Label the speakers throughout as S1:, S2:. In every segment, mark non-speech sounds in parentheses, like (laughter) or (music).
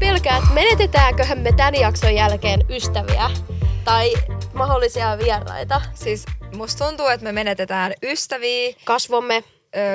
S1: Hylkää, että menetetäänköhän me tämän jakson jälkeen ystäviä tai mahdollisia vieraita.
S2: Siis musta tuntuu, että me menetetään ystäviä,
S1: Kasvomme.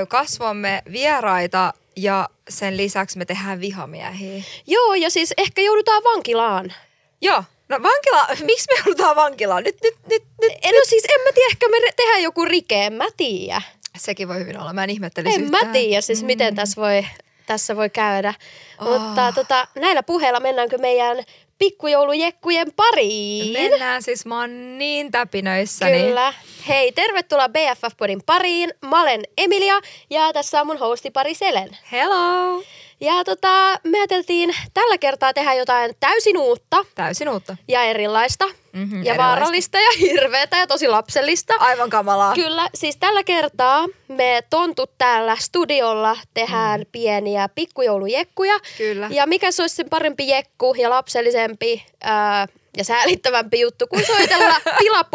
S2: ö, kasvamme vieraita ja sen lisäksi me tehdään vihamiehiä.
S1: Joo, ja siis ehkä joudutaan vankilaan.
S2: Joo. No vankila, miksi me joudutaan vankilaan? Nyt, nyt, nyt, nyt.
S1: E, No siis en mä tiedä, ehkä me re- tehdään joku rike, en mä tiedä.
S2: Sekin voi hyvin olla, mä en ihmettelisi
S1: En mä tiedä siis, mm. miten tässä voi, tässä voi käydä.
S2: Ah.
S1: Oh. Mutta tota, näillä puheilla mennäänkö meidän pikkujoulujekkujen pariin?
S2: Mennään siis, mä oon niin täpinöissäni.
S1: Kyllä. Hei, tervetuloa BFF-podin pariin. Mä olen Emilia ja tässä on mun hostipari Selen.
S2: Hello!
S1: Ja tota, me ajateltiin tällä kertaa tehdä jotain täysin uutta
S2: Täysin uutta.
S1: ja erilaista
S2: Mhm,
S1: mm-hmm, ja
S2: erilaista.
S1: vaarallista ja hirveätä ja tosi lapsellista.
S2: Aivan kamalaa.
S1: Kyllä, siis tällä kertaa me tontut täällä studiolla tehdään mm. pieniä pikkujoulujekkuja.
S2: Mhm. Kyllä.
S1: Ja mikä se olisi sen parempi jekku ja lapsellisempi ää, ja säälittävämpi juttu kuin
S2: (laughs)
S1: soitella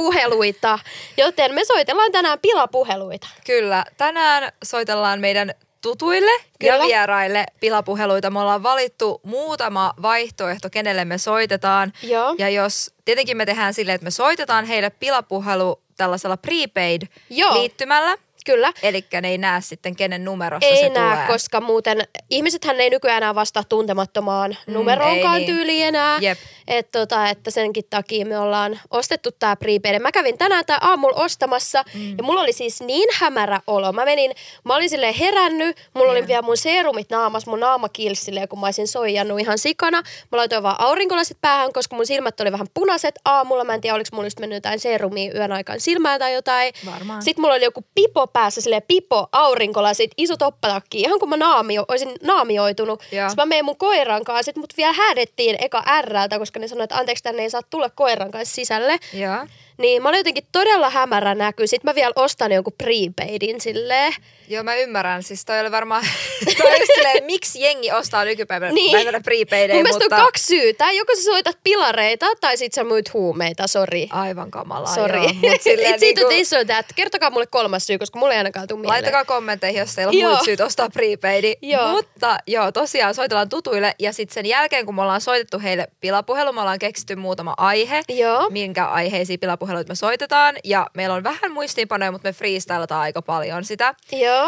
S1: pilapuheluita. Joten me soitellaan tänään pilapuheluita.
S2: Kyllä. Tänään soitellaan meidän tutuille ja
S1: Kyllä.
S2: vieraille pilapuheluita. Me ollaan valittu muutama vaihtoehto, kenelle me soitetaan.
S1: Joo.
S2: Ja jos, tietenkin me tehdään silleen, että me soitetaan heille pilapuhelu tällaisella
S1: Joo.
S2: prepaid-liittymällä.
S1: Kyllä.
S2: Eli ne ei näe sitten, kenen numerossa se
S1: Ei näe,
S2: tulee.
S1: koska muuten ihmisethän ei nykyään enää vastaa tuntemattomaan mm, numeroonkaan
S2: ei niin.
S1: tyyliin enää.
S2: Jep.
S1: Et tota, että senkin takia me ollaan ostettu tämä prepaid. Mä kävin tänään tai aamulla ostamassa mm. ja mulla oli siis niin hämärä olo. Mä menin, mä olin silleen herännyt, mulla oli vielä mun serumit naamas, mun naama kiilsi silleen, kun mä olisin soijannut ihan sikana. Mä laitoin vaan aurinkolasit päähän, koska mun silmät oli vähän punaiset aamulla. Mä en tiedä, oliko mulla just mennyt jotain serumia yön aikaan silmään tai jotain.
S2: Varmaan.
S1: Sitten mulla oli joku pipo päässä, silleen pipo, aurinkolasit, iso toppatakki, ihan kun mä naamio, olisin naamioitunut.
S2: Joo.
S1: Sitten mä menin mun koiran kanssa, sit mut vielä häädettiin eka Rltä, koska ne sanoi, että anteeksi, tänne ei saa tulla koiran kanssa sisälle.
S2: Joo.
S1: Niin mä olin jotenkin todella hämärä näky. Sitten mä vielä ostan jonkun prepaidin silleen.
S2: Joo, mä ymmärrän. Siis toi oli varmaan, (laughs) toi oli just silleen, miksi jengi ostaa nykypäivänä
S1: Niin.
S2: niin. prepaidejä,
S1: Mun mielestä
S2: mutta
S1: on kaksi syytä. Joko sä soitat pilareita tai sit sä myyt huumeita, sori.
S2: aivan kamalaa.
S1: Sori.
S2: Joo, mut
S1: (laughs)
S2: silleen
S1: It's either
S2: niinku-
S1: this or that. Kertokaa mulle kolmas syy, koska mulle ei ainakaan tule mieleen.
S2: Laittakaa kommentteihin, jos teillä on
S1: Joo.
S2: muut syyt ostaa prepaidi.
S1: Joo.
S2: Mutta joo, tosiaan soitellaan tutuille ja sitten sen jälkeen, kun me ollaan soitettu heille pilapuhelu, me ollaan keksitty muutama aihe,
S1: Joo.
S2: minkä aiheisiin pilapuheluita me soitetaan. Ja meillä on vähän muistiinpanoja, mutta me freestylataan aika paljon sitä.
S1: Joo.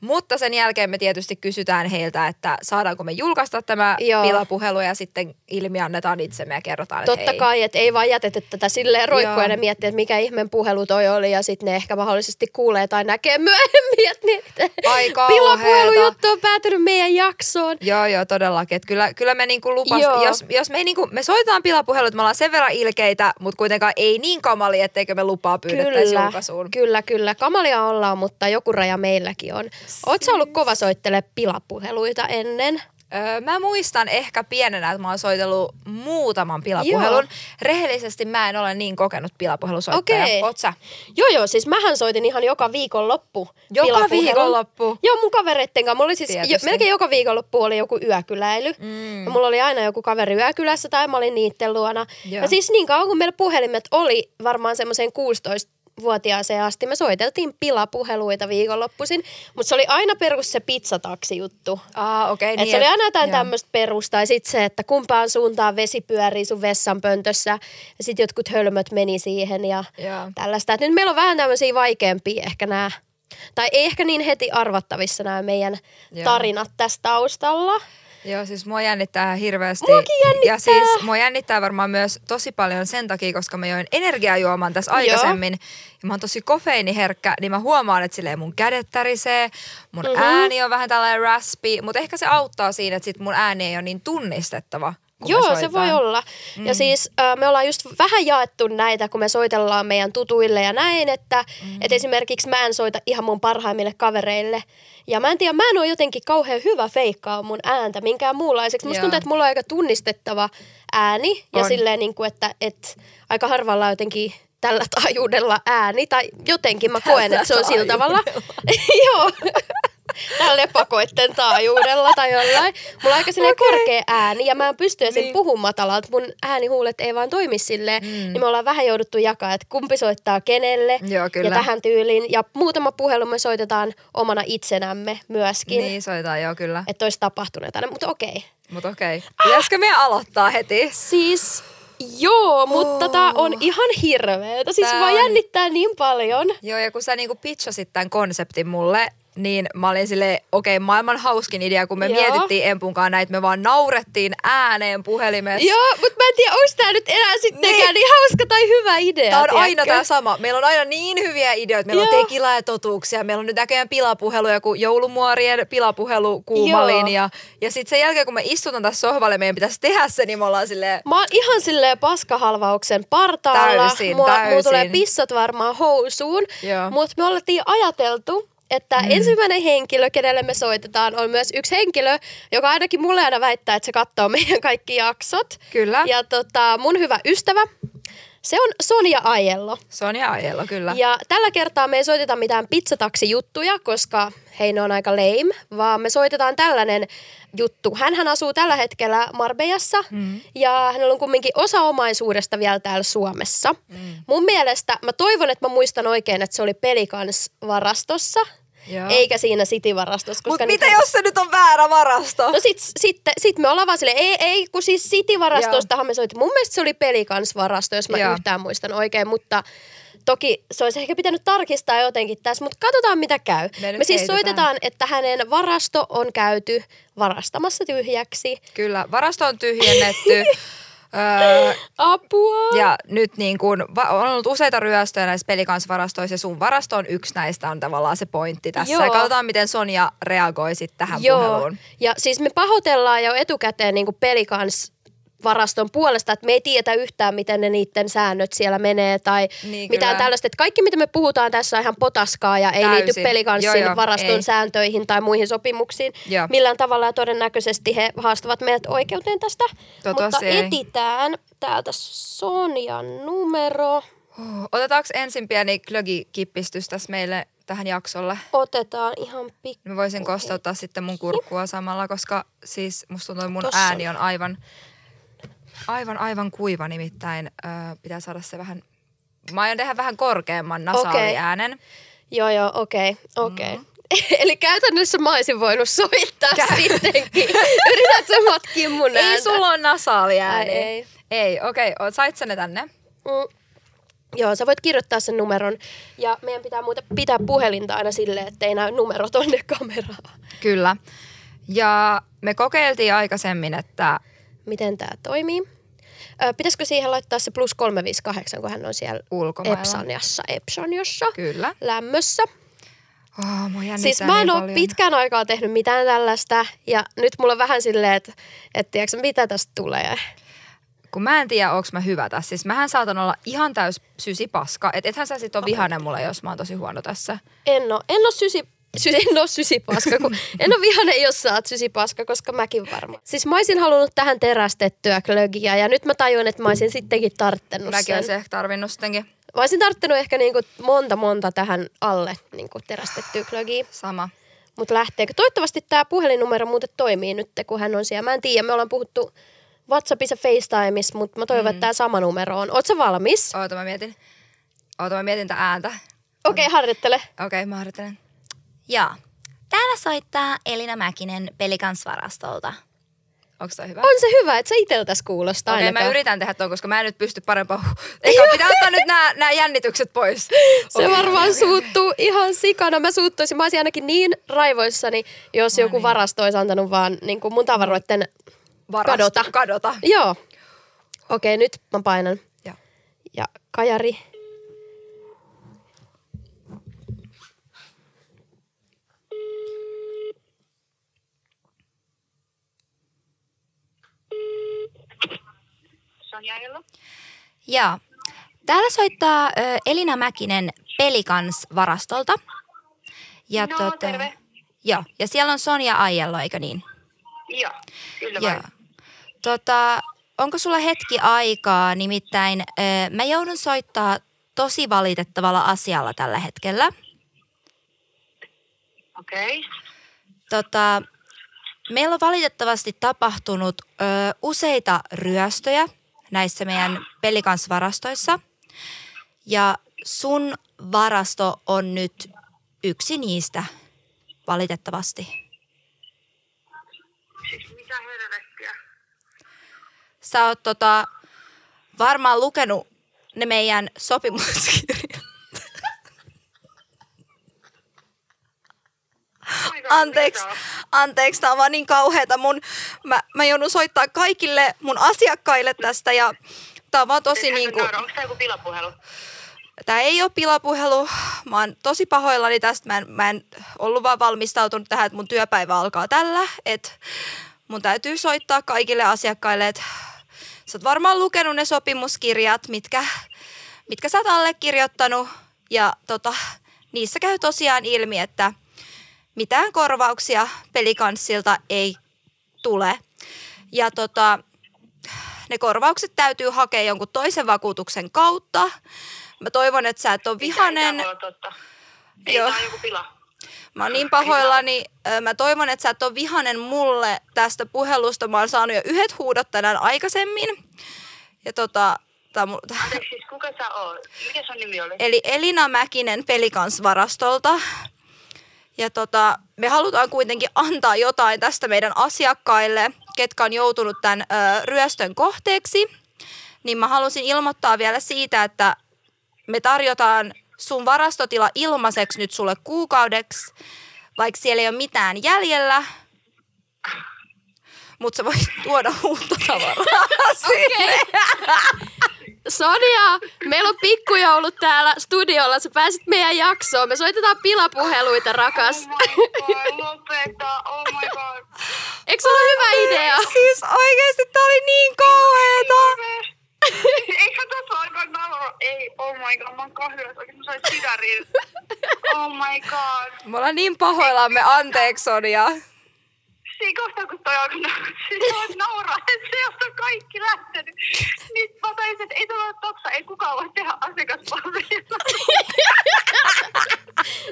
S2: Mutta sen jälkeen me tietysti kysytään heiltä, että saadaanko me julkaista tämä
S1: Joo.
S2: pilapuhelu ja sitten ilmiannetaan itsemme ja kerrotaan, että
S1: Totta
S2: hei.
S1: kai, että ei vaan jätetä tätä silleen roikkuen
S2: Joo.
S1: ja ne miettiä, että mikä ihmeen puhelu toi oli ja sitten ne ehkä mahdollisesti kuulee tai näkee myöhemmin, (laughs) niin, että ne- (laughs)
S2: Ai kauheeta.
S1: pilapuhelujuttu on päätynyt meidän jaksoon.
S2: Joo, joo, todellakin. Et Kyllä, kyllä me niinku lupas,
S1: Joo.
S2: jos, jos me, ei niinku, me soitetaan pilapuhelut, me ollaan sen verran ilkeitä, mutta kuitenkaan ei niin kamali, etteikö me lupaa pyydettäisi
S1: Kyllä,
S2: julkaisuun.
S1: kyllä, kyllä. Kamalia ollaan, mutta joku raja meilläkin on. Oot sä
S2: Siis.
S1: ollut kova soittele pilapuheluita ennen?
S2: Öö, mä muistan ehkä pienenä, että mä oon soitellut muutaman pilapuhelun.
S1: Joo.
S2: Rehellisesti mä en ole niin kokenut pilapuhelusoittaja.
S1: Okei.
S2: Oot sä?
S1: Joo, joo, siis mähän soitin ihan joka viikonloppu.
S2: Joka
S1: pilapuhelun.
S2: viikonloppu?
S1: Joo, mun kavereitten kanssa. Mulla oli siis jo,
S2: Tietysti.
S1: melkein joka viikonloppu oli joku yökyläily.
S2: Mm.
S1: Ja mulla oli aina joku kaveri yökylässä tai mä olin niitten luona.
S2: Joo.
S1: Ja siis niin kauan kun meillä puhelimet oli varmaan semmoiseen 16 vuotiaaseen asti. Me soiteltiin pilapuheluita viikonloppuisin, mutta se oli aina perus se pizzataksi-juttu.
S2: Ah, okei.
S1: Et se oli aina jotain
S2: joo.
S1: tämmöistä perus, tai sitten se, että kumpaan suuntaan vesi pyörii sun vessanpöntössä, ja sitten jotkut hölmöt meni siihen ja
S2: Joo.
S1: tällaista. Et nyt meillä on vähän tämmöisiä vaikeampia ehkä nämä, tai ei ehkä niin heti arvattavissa nämä meidän
S2: Joo.
S1: tarinat tässä taustalla.
S2: Joo, siis mua jännittää hirveästi.
S1: Muakin jännittää.
S2: Ja siis mua jännittää varmaan myös tosi paljon sen takia, koska mä join energiajuoman tässä aikaisemmin. Ja mä oon tosi kofeiiniherkkä, niin mä huomaan, että silleen mun kädet tärisee, mun mm-hmm. ääni on vähän tällainen raspi, mutta ehkä se auttaa siinä, että sit mun ääni ei ole niin tunnistettava. kun mä
S1: Joo, se
S2: soitan.
S1: voi olla. Mm. Ja siis äh, me ollaan just vähän jaettu näitä, kun me soitellaan meidän tutuille ja näin, että mm. et esimerkiksi mä en soita ihan mun parhaimmille kavereille. Ja mä en tiedä, mä en ole jotenkin kauhean hyvä feikkaa mun ääntä minkään muunlaiseksi. Musta
S2: Joo.
S1: tuntuu, että mulla on aika tunnistettava ääni ja
S2: On.
S1: silleen, niin kuin, että et, aika harvalla on jotenkin tällä taajuudella ääni. Tai jotenkin mä koen, että se on sillä tavalla. (laughs) Joo. Tällä lepakoitten taajuudella tai jollain. Mulla on aika okay. korkea ääni ja mä en pysty esim.
S2: Niin.
S1: Niin. puhumaan matalalta. Mun äänihuulet ei vaan toimi silleen. Mm. Niin me ollaan vähän jouduttu jakaa, että kumpi soittaa kenelle
S2: Joo, kyllä.
S1: ja tähän tyyliin. Ja muutama puhelu me soitetaan omana itsenämme myöskin. Niin.
S2: Niin, soitaan, joo, kyllä.
S1: Että olisi tapahtunut jotain, mutta okei.
S2: Mutta okei. Pitäisikö me aloittaa heti?
S1: Siis joo, mutta
S2: Oh.
S1: tää on ihan hirveetä. Siis
S2: Tää
S1: mä
S2: on-
S1: jännittää niin paljon.
S2: Joo, ja kun sä niinku pitchasit tämän konseptin mulle, niin mä olin silleen, okei, maailman hauskin idea, kun me
S1: Joo.
S2: mietittiin Empunkaan näitä, me vaan naurettiin ääneen puhelimessa.
S1: Joo, mutta mä en tiedä, onko tää nyt enää sittenkään niin. niin hauska tai hyvä idea.
S2: Tämä on aina
S1: tiedätkö?
S2: tämä sama. Meillä on aina niin hyviä ideoita. Meillä
S1: Joo.
S2: on tekilaa ja totuuksia. Meillä on nyt näköjään pilapuhelu, joku joulumuorien pilapuhelu kuumalin.
S1: Joo.
S2: Ja, ja sitten sen jälkeen, kun me istutaan tässä sohvalle ja meidän pitäisi tehdä se, niin me ollaan silleen,
S1: Mä oon ihan silleen paskahalvauksen partaalla.
S2: Täysin,
S1: Mua- Mulla
S2: täysin.
S1: tulee pissat varmaan housuun.
S2: Joo.
S1: Mutta me oltiin ajateltu, että mm. ensimmäinen henkilö, kenelle me soitetaan, on myös yksi henkilö, joka ainakin mulle aina väittää, että se katsoo meidän kaikki jaksot.
S2: Kyllä.
S1: Ja tota, mun hyvä ystävä, se on Sonja Aiello.
S2: Sonja Aiello, kyllä.
S1: Ja tällä kertaa me ei soiteta mitään pizzataksijuttuja, koska hei ne on aika lame, vaan me soitetaan tällainen juttu. Hänhän asuu tällä hetkellä Marbejassa mm. ja hänellä on kumminkin osa omaisuudesta vielä täällä Suomessa. Mm. Mun mielestä, mä toivon, että mä muistan oikein, että se oli pelikans varastossa,
S2: Joo.
S1: eikä siinä City-varastossa. koska
S2: Mutta
S1: nyt-
S2: mitä jos se nyt on väärä varasto?
S1: No sit, sit, sit me ollaan vaan silleen, ei, ei, kun siis City-varastostahan me soitin. Mun mielestä se oli pelikansvarasto, jos mä
S2: Joo.
S1: yhtään muistan oikein, mutta toki se olisi ehkä pitänyt tarkistaa jotenkin tässä, mutta katsotaan mitä käy.
S2: Me nyt
S1: Me siis
S2: heitetään.
S1: soitetaan, että hänen varasto on käyty varastamassa tyhjäksi.
S2: Kyllä, varasto
S1: (laughs)
S2: on tyhjennetty. öö,
S1: Apua!
S2: ja nyt niin kun, va- on ollut useita ryöstöjä näissä pelikansvarastoissa ja sun varasto on yksi näistä on tavallaan se pointti tässä.
S1: Joo.
S2: Ja katsotaan, miten Sonja reagoi sitten tähän puheluun.
S1: Ja siis me pahoitellaan jo etukäteen niin pelikans varaston puolesta, että me ei tiedä yhtään, miten ne niiden säännöt siellä menee tai
S2: Niin,
S1: mitään
S2: kyllä.
S1: tällaista. Että kaikki, mitä me puhutaan tässä on ihan potaskaa ja ei
S2: Täysin.
S1: liity pelikanssin
S2: Joo, joo,
S1: varaston
S2: ei.
S1: sääntöihin tai muihin sopimuksiin
S2: Joo.
S1: millään tavalla. Ja todennäköisesti he haastavat meidät oikeuteen tästä.
S2: Totta
S1: Mutta
S2: se.
S1: etitään täältä Sonjan numero.
S2: Huh. Otetaanko ensin pieni klögikippistys tässä meille tähän jaksolle?
S1: Otetaan ihan pikku.
S2: Mä voisin kostauttaa sitten mun kurkkua samalla, koska siis musta tuntuu, että mun
S1: Tossa.
S2: ääni on aivan, aivan, aivan kuiva nimittäin. Öö, pitää saada se vähän, mä aion tehdä vähän korkeamman nasaaliäänen. Okay.
S1: Joo, joo, okei,
S2: Mm.
S1: okay, okei. (laughs) Okay. Eli käytännössä mä olisin voinut soittaa Kä-
S2: (laughs)
S1: sittenkin. Yrität sä matkia mun
S2: Ei
S1: ääntä?
S2: sulla on nasaaliääni.
S1: Ai ei.
S2: Ei, okei. Okay. Sait sä ne tänne?
S1: Mm. Joo, sä voit kirjoittaa sen numeron. Ja meidän pitää muuten pitää puhelinta aina silleen, ettei näy numero tonne kameraan.
S2: Kyllä. Ja me kokeiltiin aikaisemmin, että
S1: Miten tää toimii? Ö, pitäisikö siihen laittaa se plus 358, kun hän on siellä
S2: ulkomailla.
S1: Epsaniassa, Epsoniossa,
S2: Kyllä.
S1: lämmössä.
S2: Oh, mua
S1: Siis
S2: jännittää
S1: mä en
S2: niin
S1: ole
S2: paljon.
S1: pitkään aikaa tehnyt mitään tällaista ja nyt mulla on vähän silleen, että et, tiedätkö, mitä tästä tulee.
S2: kun mä en tiedä, onko mä hyvä tässä. Siis mähän saatan olla ihan täys sysipaska. Et ethän sä sit on vihainen mulle, jos mä oon tosi huono tässä.
S1: En oo, en oo sysi, sy, en oo sysipaska,
S2: (laughs)
S1: kun, en oo vihainen, jos sä oot sysipaska, koska mäkin varmaan. Siis mä olisin halunnut tähän terästettyä klögiä ja nyt mä tajun, että mä olisin sittenkin tarttenut
S2: Mäkin
S1: sen.
S2: olisin ehkä tarvinnut sittenkin
S1: Mä olisin tarttenut ehkä niinku monta monta tähän alle niinku terästettyä klögiä.
S2: sama.
S1: Mutta lähteekö? Toivottavasti tämä puhelinnumero muuten toimii nyt, kun hän on siellä. Mä en tiedä, me ollaan puhuttu WhatsAppissa FaceTimeissa, mutta mä toivon, mm. että tämä sama numero on. Ootko valmis?
S2: Oota mä mietin. Oota mä mietin tää ääntä.
S1: Okei, okay, harjoittele.
S2: Okei, okay, mä harjoittelen.
S3: Joo. Täällä soittaa Elina Mäkinen pelikansvarastolta.
S2: Onks toi hyvä?
S1: On se hyvä, että se iteltäs kuulostaa
S2: Okei,
S1: ainakaan.
S2: mä yritän tehdä ton, koska mä en nyt pysty parempaa. Eikä
S3: (laughs)
S2: pitää ottaa nyt nää, nää jännitykset pois.
S1: Se varmaan suuttuu ihan sikana. Mä suuttuisin. Mä olisin ainakin niin raivoissani, jos joku varasto olisi antanut vaan niin kuin mun tavaroitten...
S2: Varastu,
S1: Kadota.
S2: Kadota.
S1: Joo. Okei, nyt mä painan.
S2: Ja.
S1: Ja kajari.
S3: Joo. Täällä soittaa ö, Elina Mäkinen pelikansvarastolta. Ja tota-
S4: No, terve.
S3: Joo, ja siellä on Sonja Aiello, eikö niin?
S4: Joo, kyllä
S3: Joo.
S4: vain.
S3: Tota, onko sulla hetki aikaa? Nimittäin ö, mä joudun soittaa tosi valitettavalla asialla tällä hetkellä.
S4: Okei.
S3: Tota, meillä on valitettavasti tapahtunut ö, useita ryöstöjä näissä meidän pelikansvarastoissa. Ja sun varasto on nyt yksi niistä, valitettavasti.
S4: Siis mitä helvettiä?
S2: sä oot tota, varmaan lukenut ne meidän sopimuskirjat. Anteeksi, anteeksi, tämä on vaan niin kauheata. Mun, mä, mä joudun soittaa kaikille mun asiakkaille tästä ja tämä on vaan tosi niin kuin,
S4: Onko tämä joku pilapuhelu?
S2: tämä ei ole pilapuhelu. Mä oon tosi pahoillani tästä. Mä en, mä en ollut vaan valmistautunut tähän, että mun työpäivä alkaa tällä. Et mun täytyy soittaa kaikille asiakkaille, että sä oot varmaan lukenut ne sopimuskirjat, mitkä, mitkä sä oot allekirjoittanut. Ja tota, niissä käy tosiaan ilmi, että mitään korvauksia pelikanssilta ei tule. Ja tota, ne korvaukset täytyy hakea jonkun toisen vakuutuksen kautta. Mä toivon, että sä et ole vihanen.
S4: Ei tää voi olla totta. Ei,
S2: Joo.
S4: tää on joku pila.
S2: Mä oon niin pahoillani. Ö, Mä toivon, että sä et ole vihanen mulle tästä puhelusta. Mä oon saanut jo yhdet huudot tänään aikaisemmin. Ja tota, tää on mun, (laughs)
S4: Anteeksi, siis kuka sä oot? Mikä sun nimi oli?
S2: eli Elina Mäkinen Pelikansvarastolta. Ja tota, me halutaan kuitenkin antaa jotain tästä meidän asiakkaille, ketkä on joutunut tämän ö, ryöstön kohteeksi. Niin mä halusin ilmoittaa vielä siitä, että me tarjotaan sun varastotila ilmaiseksi nyt sulle kuukaudeksi, vaikka siellä ei ole mitään jäljellä. Mutta sä voit tuoda uutta tavaraa sinne.
S1: Sonia, meillä on pikkujoulut täällä studiolla. Sä pääsit meidän jaksoon. Me soitetaan pilapuheluita, rakas.
S4: Oh my god, lopeta. Oh my god.
S1: Eikö se ollut hyvä idea?
S2: Siis oikeesti tää oli niin kauheeta.
S4: Eikö tässä alkaa nauraa? Ei, oh my god, mä oon kahvilassa. Oikeesti mä sain sidarin. Oh my god.
S2: Me ollaan niin pahoillamme, anteeksi Sonia.
S4: Siinä kohtaa, kun toi alkoi nauraa, (laughs) siis mä oon nauraa, että se on kaikki lähtenyt. Niin mä tajusin, että ei tämä ole totta, ei kukaan voi tehdä asiakaspalvelua.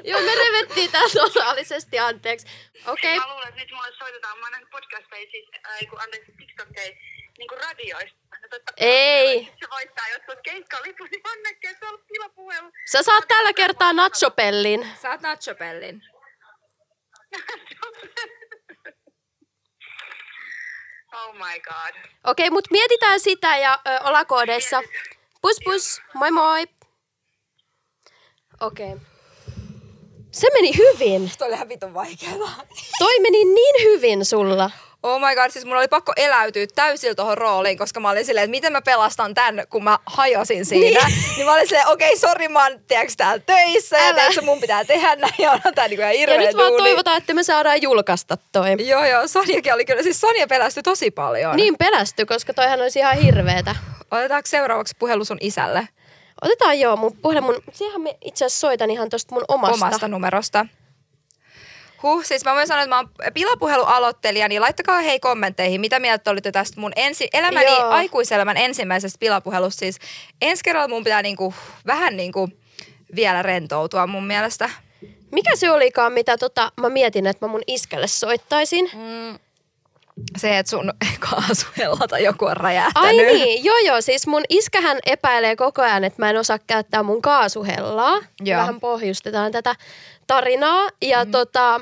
S1: Joo, me revettiin tää totaalisesti, anteeksi. Okei,
S4: Mä luulen, että nyt mulle soitetaan, mä oon nähnyt podcasteja, siis, äh, kun, anteeksi, TikTokeja, niin kuin radioista. No totta kai,
S1: Ei.
S4: Se voittaa jotkut keikkaliput, niin on näkee, se on ollut pilapuhelu.
S1: sä saat tällä kertaa nachopellin.
S5: Sä oot nachopellin.
S4: (laughs) Oh my god.
S1: Okei, mut mietitään sitä ja ö, olakoodeissa. Pus pus, moi moi. Okei. Se meni hyvin.
S2: Tuo oli ihan vitun vaikeeta.
S1: Toi meni niin hyvin sulla.
S2: Oh my god, siis mun oli pakko eläytyä täysin tuohon rooliin, koska mä olin silleen, että miten mä pelastan tän, kun mä hajosin siinä. (laughs) Niin, niin mä olin silleen, okei, sori, mä oon tiiäks, täällä töissä, ja
S1: Älä.
S2: tiiäks, mun pitää tehdä näin, ja onhan tää niinku ihan
S1: Ja
S2: hirveä
S1: nyt vaan
S2: duuni.
S1: toivotaan, että me saadaan julkaista toi.
S2: Joo, joo, Sonjakin oli kyllä, siis Sonja pelästyi tosi paljon.
S1: Niin pelästy, koska toihan olisi ihan hirveetä.
S2: Otetaanko seuraavaksi puhelu sun isälle
S1: Otetaan joo mun puhelin. Mun, siihen me itse asiassa soitan ihan tosta mun omasta.
S2: omasta numerosta? Huh, siis mä voin sanoa, että mä oon pilapuhelualoittelija, niin laittakaa hei kommentteihin, mitä mieltä olitte tästä mun ensi, elämäni,
S1: Joo.
S2: aikuiselämän ensimmäisestä pilapuhelusta. Siis ensi kerralla mun pitää niinku, vähän niinku vielä rentoutua mun mielestä.
S1: Mikä se olikaan, mitä tota, mä mietin, että mä mun iskelle soittaisin?
S2: Se, että sun (laughs) kaasuella tai joku on räjähtänyt.
S1: Ai niin, joo joo, siis mun iskähän epäilee koko ajan, että mä en osaa käyttää mun kaasuhellaa.
S2: Joo.
S1: Vähän pohjustetaan tätä tarinaa ja mm. tota...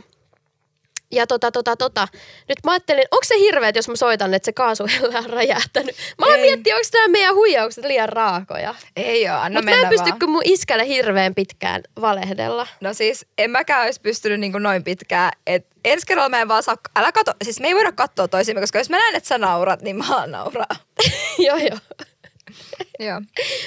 S1: Ja tota, tota, tota. Nyt mä ajattelin, onko se hirveä, jos mä soitan, että se kaasuhella on räjähtänyt. Mä aloin miettiä, onko nämä meidän huijaukset liian raakoja.
S2: Ei oo, anna
S1: Mutta mä
S2: mennä
S1: en pysty
S2: No vaan.
S1: kun mun iskälle hirveän pitkään valehdella. (laughs)
S2: No siis en mäkään olisi pystynyt niin noin pitkään. Et ensi kerralla mä en vaan saa, älä kato, siis me ei voida katsoa toisiamme, koska jos mä näen, että sä naurat, niin mä alan nauraa.
S1: joo joo.
S2: Joo.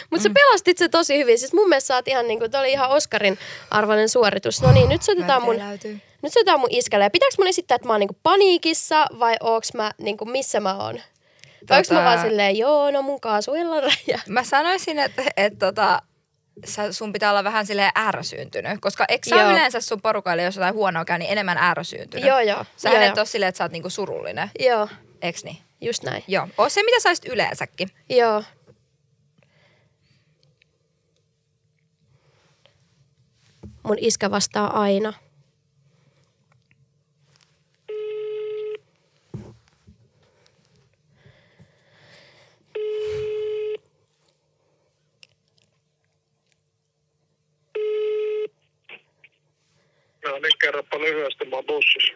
S1: Mutta sä
S2: Mm.
S1: pelastit se tosi hyvin. Siis mun mielestä sä oot ihan niinku, toi oli ihan Oscarin arvoinen suoritus. No niin, nyt soitetaan mun,
S2: Löytyy.
S1: nyt soitetaan mun iskälle. Ja pitääkö mun esittää, että mä oon niinku paniikissa vai ooks mä, niinku, missä mä oon? Vai onks mä
S2: Tota-
S1: vaan silleen, joo, no mun (laughs) kaasuilla räjä.
S2: Mä sanoisin, että et, tota, sä, sun pitää olla vähän silleen ärsyntynyt, koska eikö sä
S1: Joo.
S2: yleensä sun porukaille, jos jotain huonoa käy, niin enemmän ärsyntynyt?
S1: Joo, joo.
S2: Sä
S1: joo,
S2: joo,
S1: joo.
S2: et ole silleen, että sä oot niinku surullinen,
S1: joo,
S2: eiks niin?
S1: just näin.
S2: Joo, oo se mitä sä olisit yleensäkin.
S1: Joo. Mun iskä vastaa aina.
S6: Joo, niin kerropa lyhyesti, mä oon bussissa.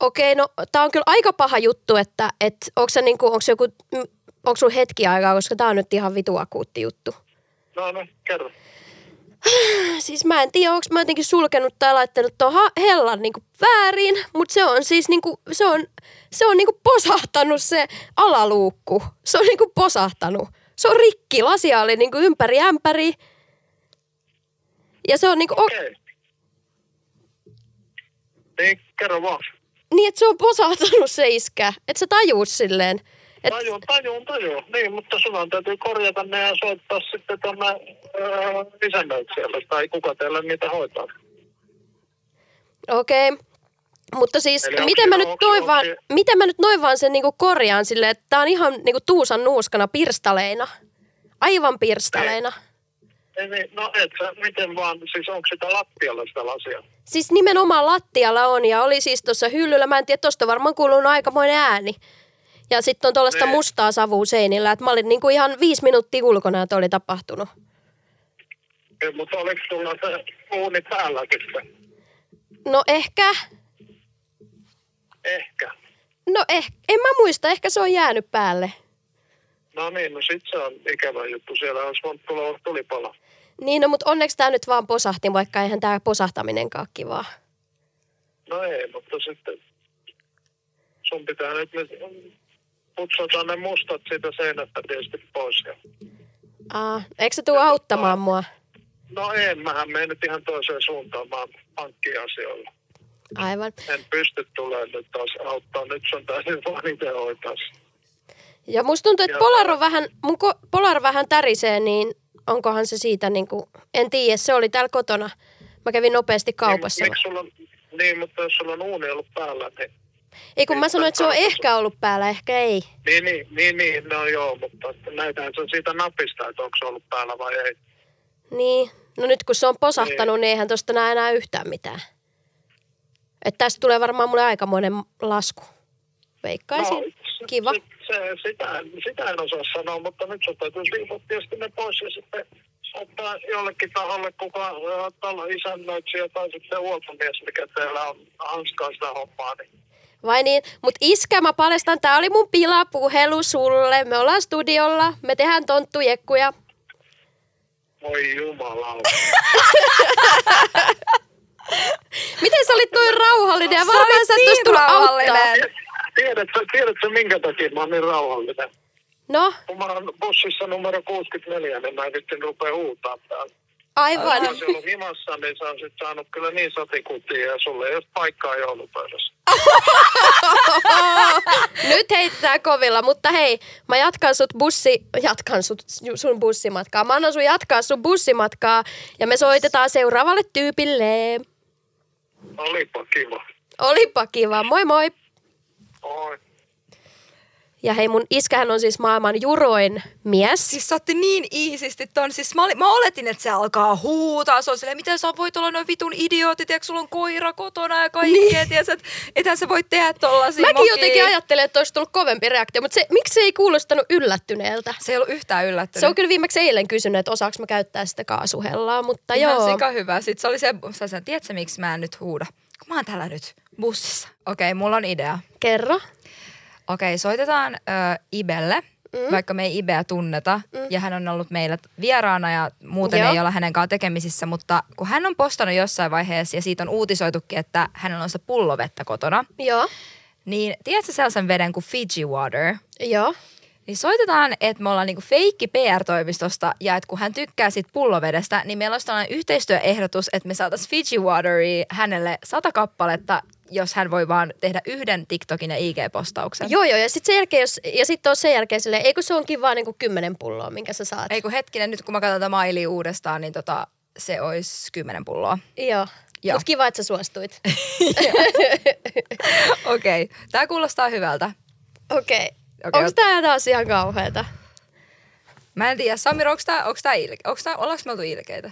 S1: Okei, no tää on kyllä aika paha juttu, että et, onko se niinku, onks joku, m- Onko sulla hetki aikaa, koska tää on nyt ihan vitu akuutti juttu?
S6: No, no, kerro.
S1: Siis mä en tiedä, onko mä jotenkin sulkenut tai laittanut tuohon hellan niinku väärin, mutta se on siis niinku, se on, se on niinku posahtanut se alaluukku. Se on niinku posahtanut. Se on rikki, lasia oli niinku ympäri ämpäri. Ja se on niinku, okay.
S6: Okei. Niin, kerro vaan.
S1: niin että se on posahtanut se iskä, että se tajuu silleen. Et,
S6: Tajuun, tajuun, tajuun. Niin, mutta sulla täytyy korjata ne ja soittaa sitten tuonne öö, isännöitsijälle tai kuka teillä niitä hoitaa.
S1: Okei. Okay. Mutta siis,
S6: Eli onks
S1: miten
S6: se-
S1: mä, nyt
S6: onks se-
S1: noin
S6: onks
S1: vaan,
S6: se-
S1: miten mä nyt noin vaan sen niinku korjaan silleen, että tää on ihan niinku tuusan nuuskana pirstaleina. Aivan pirstaleina.
S6: Ei, niin, no et sä, miten vaan, siis onko sitä lattialla sitä lasia?
S1: Siis nimenomaan lattialla on ja oli siis tuossa hyllyllä. Mä en tiedä, tosta varmaan kuulunut aikamoinen ääni. Ja sitten on tuollaista
S6: Niin.
S1: mustaa savua seinillä, että mä olin niinku ihan viisi minuuttia ulkona, että oli tapahtunut.
S6: Ei, mutta oliko sulla se uuni päälläkin se?
S1: No ehkä,
S6: Ehkä.
S1: no eh, en mä muista, ehkä se on jäänyt päälle.
S6: No niin, no sit se on ikävä juttu. Siellä olisi voinut tulla olla tulipalo.
S1: Niin, no, mutta onneksi tämä nyt vaan posahti, vaikka eihän tämä posahtaminenkaan kivaa.
S6: No ei, mutta sitten sun pitää nyt nyt putsata ne mustat siitä seinästä tietysti pois. Ja...
S1: Aa, eikö se tuu auttamaan mua?
S6: No ei, mähän menen nyt ihan toiseen suuntaan. Mä oon pankkiasioilla.
S1: Aivan.
S6: En pysty tulemaan nyt taas auttaa. Nyt sun täytyy (laughs) vaan itse hoitaa. se.
S1: Ja musta tuntuu, että
S6: Joo.
S1: Polar, on vähän, mun ko- Polar vähän tärisee, niin onkohan se siitä niinku, en tiedä, se oli täällä kotona. Mä kävin nopeasti kaupassa.
S6: Niin, miksi sulla on, niin, mutta jos sulla on uuni ollut päällä, niin...
S1: Ei kun mä
S6: miksi
S1: sanoin, että se on
S6: kannattaa-
S1: ehkä ollut päällä, ehkä ei.
S6: Niin, niin, niin, niin no joo, mutta näitähän se on siitä napista, että onko se ollut päällä vai ei.
S1: Niin, no nyt kun se on posahtanut, niin eihän tosta näe enää yhtään mitään. Että tästä tulee varmaan mulle aikamoinen lasku. Veikkaisin.
S6: No, se-
S1: Kiva.
S6: Se, se, sitä, en- sitä en osaa sanoa, mutta nyt sun täytyy siivot tietysti ne pois ja sitten ottaa jollekin taholle, kuka ö, talo isännöitsijä tai sitten huoltomies, mikä teillä on hanskaa sitä hommaa, niin
S1: Vai niin? Mutta iskä, mä paljastan, tää oli mun pilapuhelu sulle. Me ollaan studiolla, me tehdään tonttujekkuja.
S6: voi jumala.
S1: Miten sä olit noin rauhallinen ja varmaan sä et ois
S2: niin
S1: tullut auttaa.
S2: rauhallinen.
S6: tiedätkö, tiedätkö, minkä takia mä oon niin rauhallinen?
S1: No,
S6: Kun mä oon bussissa numero 64, niin mä nyt rupea huutaa täällä.
S1: aivan.
S6: Jos on ollut himassa, niin sä oon sit saanut kyllä niin satikutia ja sulle ei ole paikkaa joulupöydässä.
S1: Nyt heitetään kovilla, mutta hei, mä jatkan sut bussi, jatkan sut, sun bussimatkaa. Mä annan sun jatkaa sun bussimatkaa ja me soitetaan seuraavalle tyypille.
S6: Olipa kiva.
S1: Olipa kiva, moi moi.
S6: Oi.
S1: Ja hei, mun iskähän on siis maailman juroin mies.
S2: Siis sä otti niin iisisti ton. Siis mä, olin, mä oletin, että se alkaa huutaa. Se on silleen, miten sä voit olla noin vitun idiootti, tiedätkö, sulla on koira kotona ja kaikkea, niin. tiedätkö, että ethän sä voi tehdä tollasia
S1: Mäkin
S2: mokia.
S1: jotenkin ajattelin, että olisi tullut kovempi reaktio, mutta se, miksi se ei kuulostanut yllättyneeltä?
S2: Se ei ollut yhtään yllättynyt.
S1: Se on kyllä viimeksi eilen kysynyt, että osaako mä käyttää sitä kaasuhellaa, mutta
S2: Ihan
S1: joo.
S2: sika hyvä. Sitten se oli se, sä sanoit, tiedätkö miksi mä en nyt huuda? Kun mä oon täällä nyt bussissa. Okei, mulla on idea.
S1: Kerro.
S2: Okei, soitetaan ö, Ibelle, mm. vaikka me ei Ibeä tunneta. Mm. Ja hän on ollut meillä vieraana ja muuten
S1: Joo.
S2: Joo. ei olla hänen kanssaan tekemisissä. Mutta kun hän on postannut jossain vaiheessa ja siitä on uutisoitukin, että hänellä on sitä pullovettä kotona.
S1: Joo.
S2: Niin tiedätkö sellaisen veden kuin Fiji Water?
S1: Joo.
S2: Niin soitetaan, että me ollaan niinku feikki PR-toimistosta ja että kun hän tykkää sit pullovedestä, niin meillä olisi tällainen yhteistyöehdotus, että me saataisiin Fiji Wateria hänelle sata kappaletta, jos hän voi vaan tehdä yhden TikTokin ja IG-postauksen.
S1: Joo, joo. Ja sitten sen jälkeen, jos, ja sit on sen jälkeen silleen, ei kun se onkin vaan niinku kymmenen pulloa, minkä sä saat.
S2: Ei kun hetkinen, nyt kun mä katson tätä mailia uudestaan, niin tota, se olisi kymmenen pulloa.
S1: Joo.
S2: Joo.
S1: Mut kiva, että sä (laughs) suostuit.
S2: Okei, okay. tämä kuulostaa hyvältä.
S1: Okei. Okay.
S2: Okei,
S1: Onko
S2: ot-
S1: tää taas ihan kauheeta?
S2: Mä en tiedä, Samir, onko tämä, onko tämä ilke, onko tämä, ollaanko me oltu ilkeitä?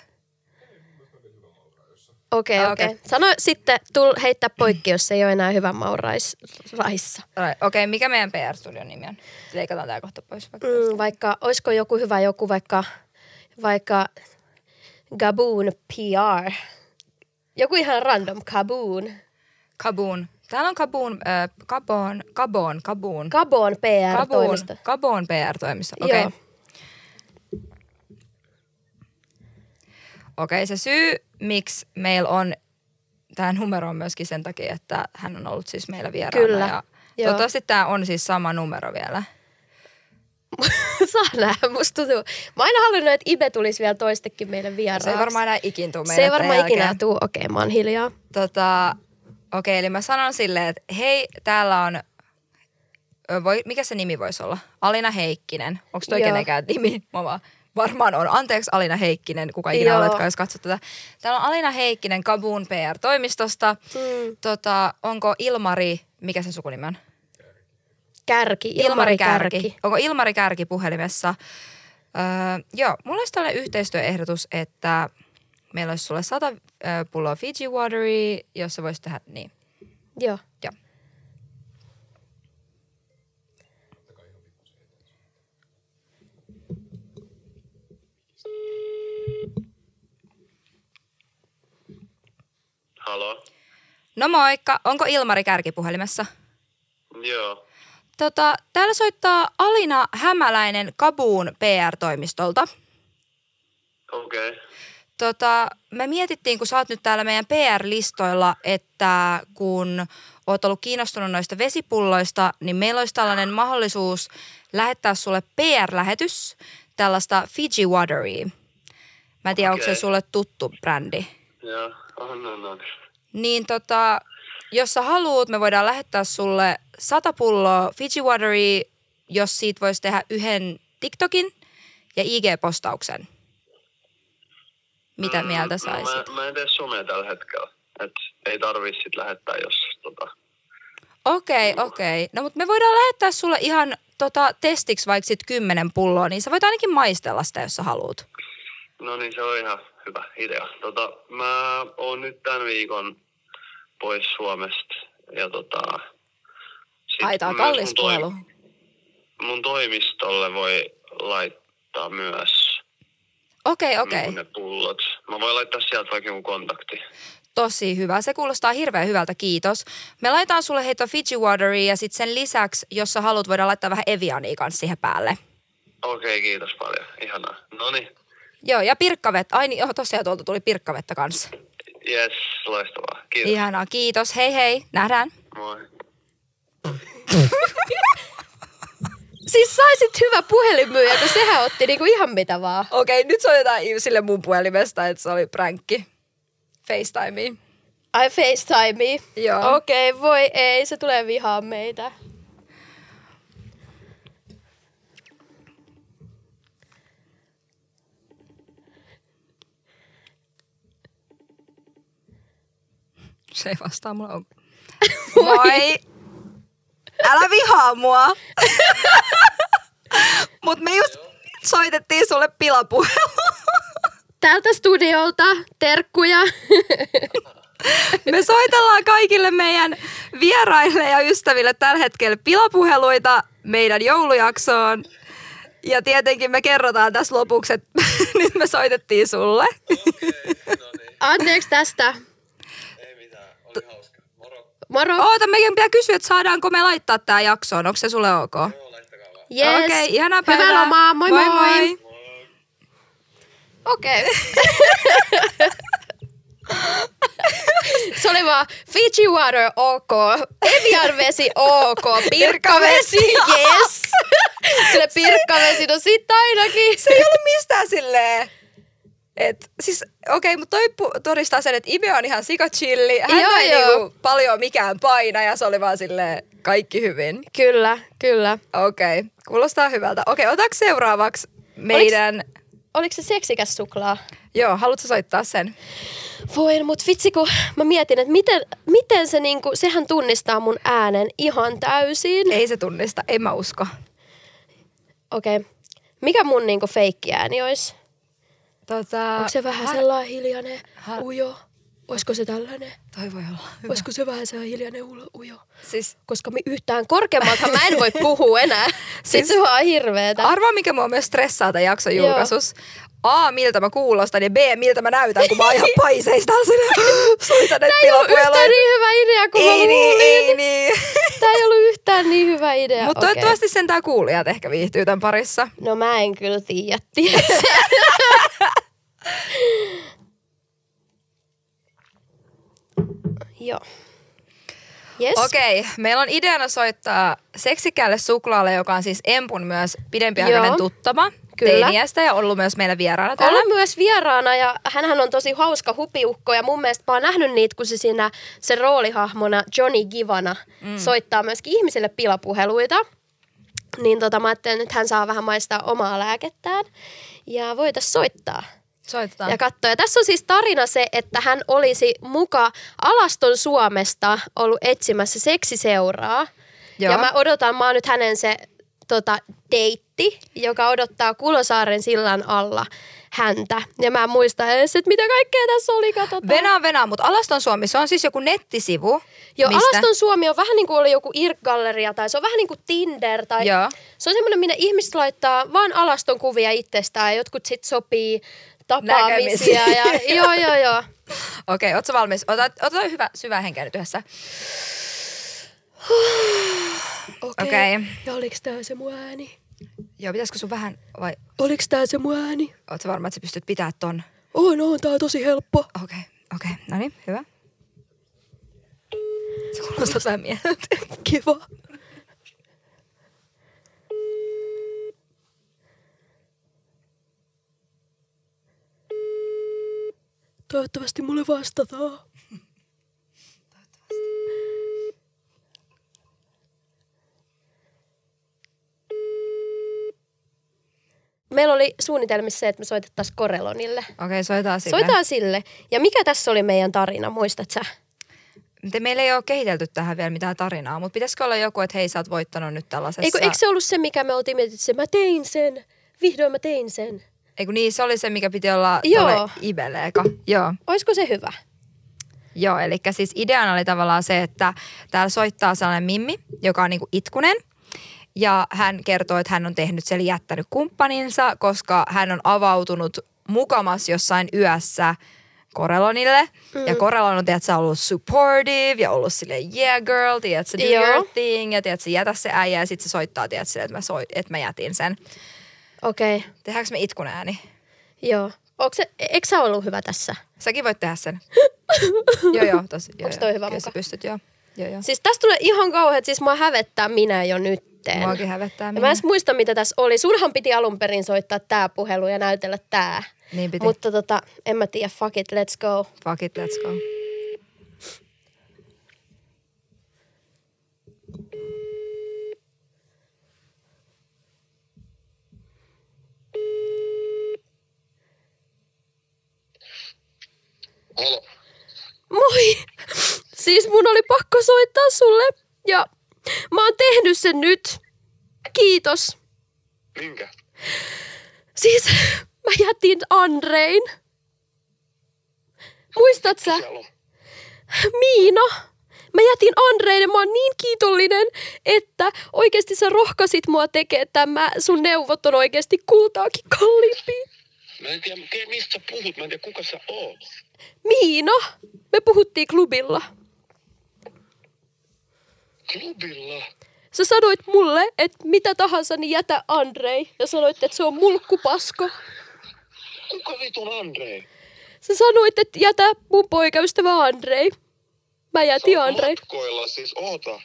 S1: Okei, okay,
S2: Ah,
S1: okei.
S2: okei.
S1: Okay. Sano sitten, tul, heittää poikki, jos ei ole enää hyvä maurais raissa.
S2: Okei, okay, mikä meidän PR-studion nimi on? Leikataan tämä kohta pois. Vaikka.
S1: Mm, vaikka, olisiko joku hyvä joku vaikka, vaikka Gaboon PR. Joku ihan random Gaboon.
S2: Kaboon. Täällä on Kabun, äh, Kabon, Kabon, Kabun.
S1: Gabon PR-toimisto.
S2: Kabon PR-toimisto, okei.
S1: Joo.
S2: Okay. Okei, okay, se syy, miksi meillä on tämä numero on myöskin sen takia, että hän on ollut siis meillä vieraana.
S1: Kyllä,
S2: Ja
S1: joo.
S2: toivottavasti tämä on siis sama numero vielä.
S1: (laughs) Saa nähdä, musta tuntuu. Mä oon aina halunnut, että Ibe tulisi vielä toistekin meidän vieraaksi.
S2: Se ei varmaan enää ikin tule
S1: Se ei
S2: meidän
S1: varmaan
S2: jälkeen.
S1: ikinä tuu. Okei, okay, mä oon hiljaa.
S2: Tota, okei, eli mä sanon silleen, että hei, täällä on, ö, voi, mikä se nimi voisi olla? Alina Heikkinen. Onko toi
S1: Joo.
S2: kenenkään nimi? Mä vaan, varmaan on. Anteeksi Alina Heikkinen, kuka ikinä
S1: Joo.
S2: oletkaan, jos katsot tätä. Täällä on Alina Heikkinen Kabun PR-toimistosta.
S1: Mm.
S2: Tota, onko Ilmari, mikä se sukunimi on?
S1: Kärki, Ilmari Kärki.
S2: Onko Ilmari Kärki puhelimessa? Öö, joo, mulla olisi tällainen yhteistyöehdotus, että meillä olisi sulle 100 ö, pulloa Fiji Watery, jos sä voisit tehdä niin.
S1: Joo.
S2: Joo.
S6: Halo?
S2: No moikka, onko Ilmari Kärki puhelimessa?
S6: Joo.
S2: Tota, täällä soittaa Alina Hämäläinen Kabuun PR-toimistolta.
S6: Okei. Okay.
S2: Tota, me mietittiin, kun sä oot nyt täällä meidän PR-listoilla, että kun oot ollut kiinnostunut noista vesipulloista, niin meillä olisi tällainen mahdollisuus lähettää sulle PR-lähetys tällaista Fiji Watery. Mä en tiedä, okay. onko se
S6: Okei.
S2: sulle tuttu brändi.
S6: Joo. On, on, on.
S2: Niin tota, jos sä haluut, me voidaan lähettää sulle sata pulloa Fiji Watery, jos siitä voisi tehdä yhden TikTokin ja IG-postauksen. Mitä mieltä saisit?
S6: Mm, no Mä, mä en tee somea tällä hetkellä. Et ei tarvii sit lähettää, jos tota...
S2: Okei, okei. No mutta me voidaan lähettää sulle ihan tota, testiksi vaikka sit kymmenen pulloa, niin sä voit ainakin maistella sitä, jos sä haluut.
S6: No niin, se on ihan hyvä idea. Tota, mä oon nyt tämän viikon pois Suomesta. Ja tota... sit
S2: Ai, tää on
S6: myös
S2: kallis
S6: mun Mm, no toi-
S2: puhelu.
S6: Mun toimistolle voi laittaa myös
S2: Okei, okei.
S6: niin ne pullot. Mä voin laittaa sieltä vaikka joku kontakti.
S2: Tosi hyvä. Se kuulostaa hirveän hyvältä, kiitos. Me laitetaan sulle heitto Fiji Wateria ja sitten sen lisäksi, jos sä haluat, voidaan laittaa vähän Eviania kanssa siihen päälle.
S6: Okei, okay, kiitos paljon. Ihanaa. No niin.
S2: Joo, ja pirkkavettä. Ai niin, joo, tosiaan tuolta tuli pirkkavettä kanssa.
S6: Yes, loistavaa. Kiitos. Ihan.
S2: Ihanaa, kiitos. Hei hei, nähdään.
S6: Moi.
S1: Siis saisit hyvä puhelinmyyjä, kun sehän otti niinku ihan mitä vaan.
S2: Okei, nyt soitetaan sille mun puhelimesta, että se oli pränkki. FaceTimeen.
S1: Ai FaceTime.
S2: Joo.
S1: Okei, okay, voi ei, se tulee vihaa meitä.
S2: Se ei vastaa mulle. (laughs) On...
S3: Moi! Älä vihaa
S2: (laughs)
S3: mua! Mut me just soitettiin sulle pilapuhelu.
S1: Tältä studiolta terkkuja.
S3: Me soitellaan kaikille meidän vieraille ja ystäville tällä hetkellä pilapuheluita meidän joulujaksoon. Ja tietenkin me kerrotaan tässä lopuksi, että (laughs) nyt me soitettiin sulle.
S1: Anteeksi tästä.
S6: Ei mitään, oli hauska. Moro.
S1: Moro.
S3: Oota, meidän pitää kysyä, että saadaanko me laittaa tämä jaksoon. Onko se sulle ok?
S1: Yes.
S3: Okei, ihanaa päivää.
S1: Hyvää lomaa. Moi moi.
S3: moi. moi.
S1: Okei. (laughs) Se oli vaan Fiji water ok, Evian vesi ok, pirkkavesi yes. Sille pirkkavesi, no sit ainakin.
S3: se ei ollut mistään silleen. Et, siis, okei, okay, mutta toi pu- todistaa sen, että Ibe on ihan sikachilli. Hän
S1: Joo,
S3: joo, ei
S1: joo.
S3: Niinku paljon mikään paina ja se oli vaan silleen kaikki hyvin.
S1: Kyllä, kyllä.
S3: Okei, okay, kuulostaa hyvältä. Okei, okay, otaks seuraavaksi meidän... Oliks...
S1: Oliko se seksikäs suklaa?
S3: Joo, haluatko soittaa sen?
S1: Voi, no mut vitsi kun mä mietin, että miten, miten se niinku, sehän tunnistaa mun äänen ihan täysin.
S3: Ei se tunnista, en mä usko.
S1: Okei. Okay. Mikä mun niinku feikkiääni olisi?
S3: Tota,
S1: Onko se vähän sellainen hiljainen, ujo? Olisiko se tällainen?
S3: Toi voi olla.
S1: Olisiko se vähän sellainen hiljainen ulo, ujo?
S3: Siis
S1: Koska mi yhtään korkeammalta mä en voi
S2: (laughs)
S1: puhua enää. Sitten
S3: Siis-
S1: se on vaan hirveetä.
S3: arvaa, mikä mua myös stressaa tämän jakson
S1: Joo.
S3: julkaisus.
S2: A, miltä mä kuulostan ja B, miltä mä näytän, kun mä
S1: (laughs)
S2: oon ihan paiseista sinä suita nyt
S1: Tämä ei ollut yhtään
S2: pilapueloin.
S1: niin hyvä idea kuin
S2: Ei
S1: mä
S2: niin,
S1: luulin.
S2: ei niin.
S1: (laughs) Tämä ei ollut yhtään niin hyvä idea.
S2: Mutta
S1: Okei.
S2: toivottavasti sentään kuulijat ehkä viihtyy tämän parissa.
S1: No mä en kyllä tiedä. tiedätkö?
S2: (laughs)
S1: (laughs) Joo. Yes.
S2: Okei, meillä on ideana soittaa seksikkäälle suklaalle, joka on siis Empun myös pidempiaikainen
S1: Joo.
S2: tuttava.
S1: Kyllä.
S2: Teiniästä ja ollut myös meillä vieraana täällä.
S1: Ollut myös vieraana ja hänhän on tosi hauska hupiukko ja mun mielestä mä oon nähnyt niitä, kun se siinä se roolihahmona Johnny Givana mm. soittaa myöskin ihmisille pilapuheluita. Niin tota mä ajattelin, että hän saa vähän maistaa omaa lääkettään ja voitais soittaa.
S2: Soitetaan.
S1: Ja katsoa. Ja tässä on siis tarina se, että hän olisi muka Alaston Suomesta ollut etsimässä seksiseuraa.
S2: Joo.
S1: Joo. Ja mä odotan, mä oon nyt hänen se tota, deitti, joka odottaa Kulosaaren sillan alla häntä. Ja mä en muista edes, että mitä kaikkea tässä oli, katsotaan.
S2: Venaa, venaa, mutta Alaston Suomi, se on siis joku nettisivu.
S1: Joo,
S2: mistä?
S1: Alaston Suomi on vähän niin kuin oli joku irk-galleria tai se on vähän niin kuin Tinder tai
S2: Joo.
S1: se on semmoinen, minne ihmiset laittaa vaan Alaston kuvia itsestään ja jotkut sit sopii tapaamisia.
S2: Näkemisiä. (laughs)
S1: Ja, joo, joo, joo.
S2: Okei, ootko valmis? Ota, ota hyvä syvä henkeä nyt yhdessä.
S1: Okei.
S2: Okei.
S1: Ja oliks tää se mun ääni?
S2: Joo, pitäisikö sun vähän, vai
S1: Oliks tää se mun ääni?
S2: ootko sä varma, että sä pystyt pitää ton?
S1: On, on, tää on tosi helppo. (laughs)
S2: Okei, okei, no niin, hyvä. Se kuulostaa vähän mieleltä.
S1: Kiva. Toivottavasti mulle vastataan. Meillä oli suunnitelmissa se, että me soitettaisiin Korelonille.
S2: Okei, soitaan sille.
S1: Soitaan sille. Ja mikä tässä oli meidän tarina, muistat sä?
S2: Te, meillä ei ole kehitelty tähän vielä mitään tarinaa, mutta pitäisikö olla joku, että hei, sä oot voittanut nyt tällaisessa...
S1: Eikö, eikö se ollut se, mikä me oltiin mietitty, se mä tein sen, vihdoin mä tein sen.
S2: Eiku, niin, se oli se, mikä piti olla
S1: Joo.
S2: tuolle Ibeleeka. Joo.
S1: Olisiko se hyvä?
S2: Joo, eli siis ideana oli tavallaan se, että täällä soittaa sellainen mimmi, joka on niinku itkunen. Ja hän kertoo, että hän on tehnyt sen jättänyt kumppaninsa, koska hän on avautunut mukamas jossain yössä Korelonille. Mm. Ja Korelon on tiedätkö, ollut supportive ja ollut sille yeah girl, tiedätkö, do
S1: Joo.
S2: your thing ja tiedätkö, jätä se äijä ja sitten se soittaa, tiedätkö, sille, että, mä soi, että mä jätin sen.
S1: Okei, okay.
S2: Tehdäänkö me itkun ääni?
S1: joo. Onks se, e-, eikö sä ollut hyvä tässä?
S2: Säkin voit
S1: (laughs)
S2: tehdä sen. joo, joo, tosi. Joo,
S1: Onks toi
S2: joo.
S1: hyvä
S2: Kyllä sä
S1: muka?
S2: pystyt, joo. joo, joo.
S1: Siis tästä tulee ihan kauheat, siis mua hävettää minä jo nytteen.
S2: Muakin hävettää
S1: Ja mä
S2: minä.
S1: en edes muista, mitä tässä oli. Sunhan piti alun perin soittaa tää puhelu ja näytellä tää.
S2: Niin piti.
S1: Mutta tota, en mä tiedä, fuck it, let's go.
S2: Fuck it, let's go.
S6: Halo.
S1: Moi! Siis mun oli pakko soittaa sulle ja mä oon tehnyt sen nyt. Kiitos.
S6: Minkä?
S1: Siis (laughs) mä jätin Andrein. Muistat sä?
S6: Siellä on.
S1: Miina. Mä jätin Andrein ja mä oon niin kiitollinen, että oikeasti sä rohkasit mua tekemään tämä. Sun neuvot on oikeasti kultaakin kalliimpi.
S6: Mä en tiedä, tiedä, mistä sä puhut. Mä en tiedä, kuka sä oot.
S1: Miina, me puhuttiin klubilla.
S6: Klubilla.
S1: Sä sanoit mulle, että mitä tahansa, niin jätä Andrei. Ja sanoit, että se on mulkkupasko.
S6: Kuka vitun Andrei?
S1: Sä sanoit, että jätä mun poikaystävä Andrei. Mä jätin Andrei.
S6: matkoilla, siis oota.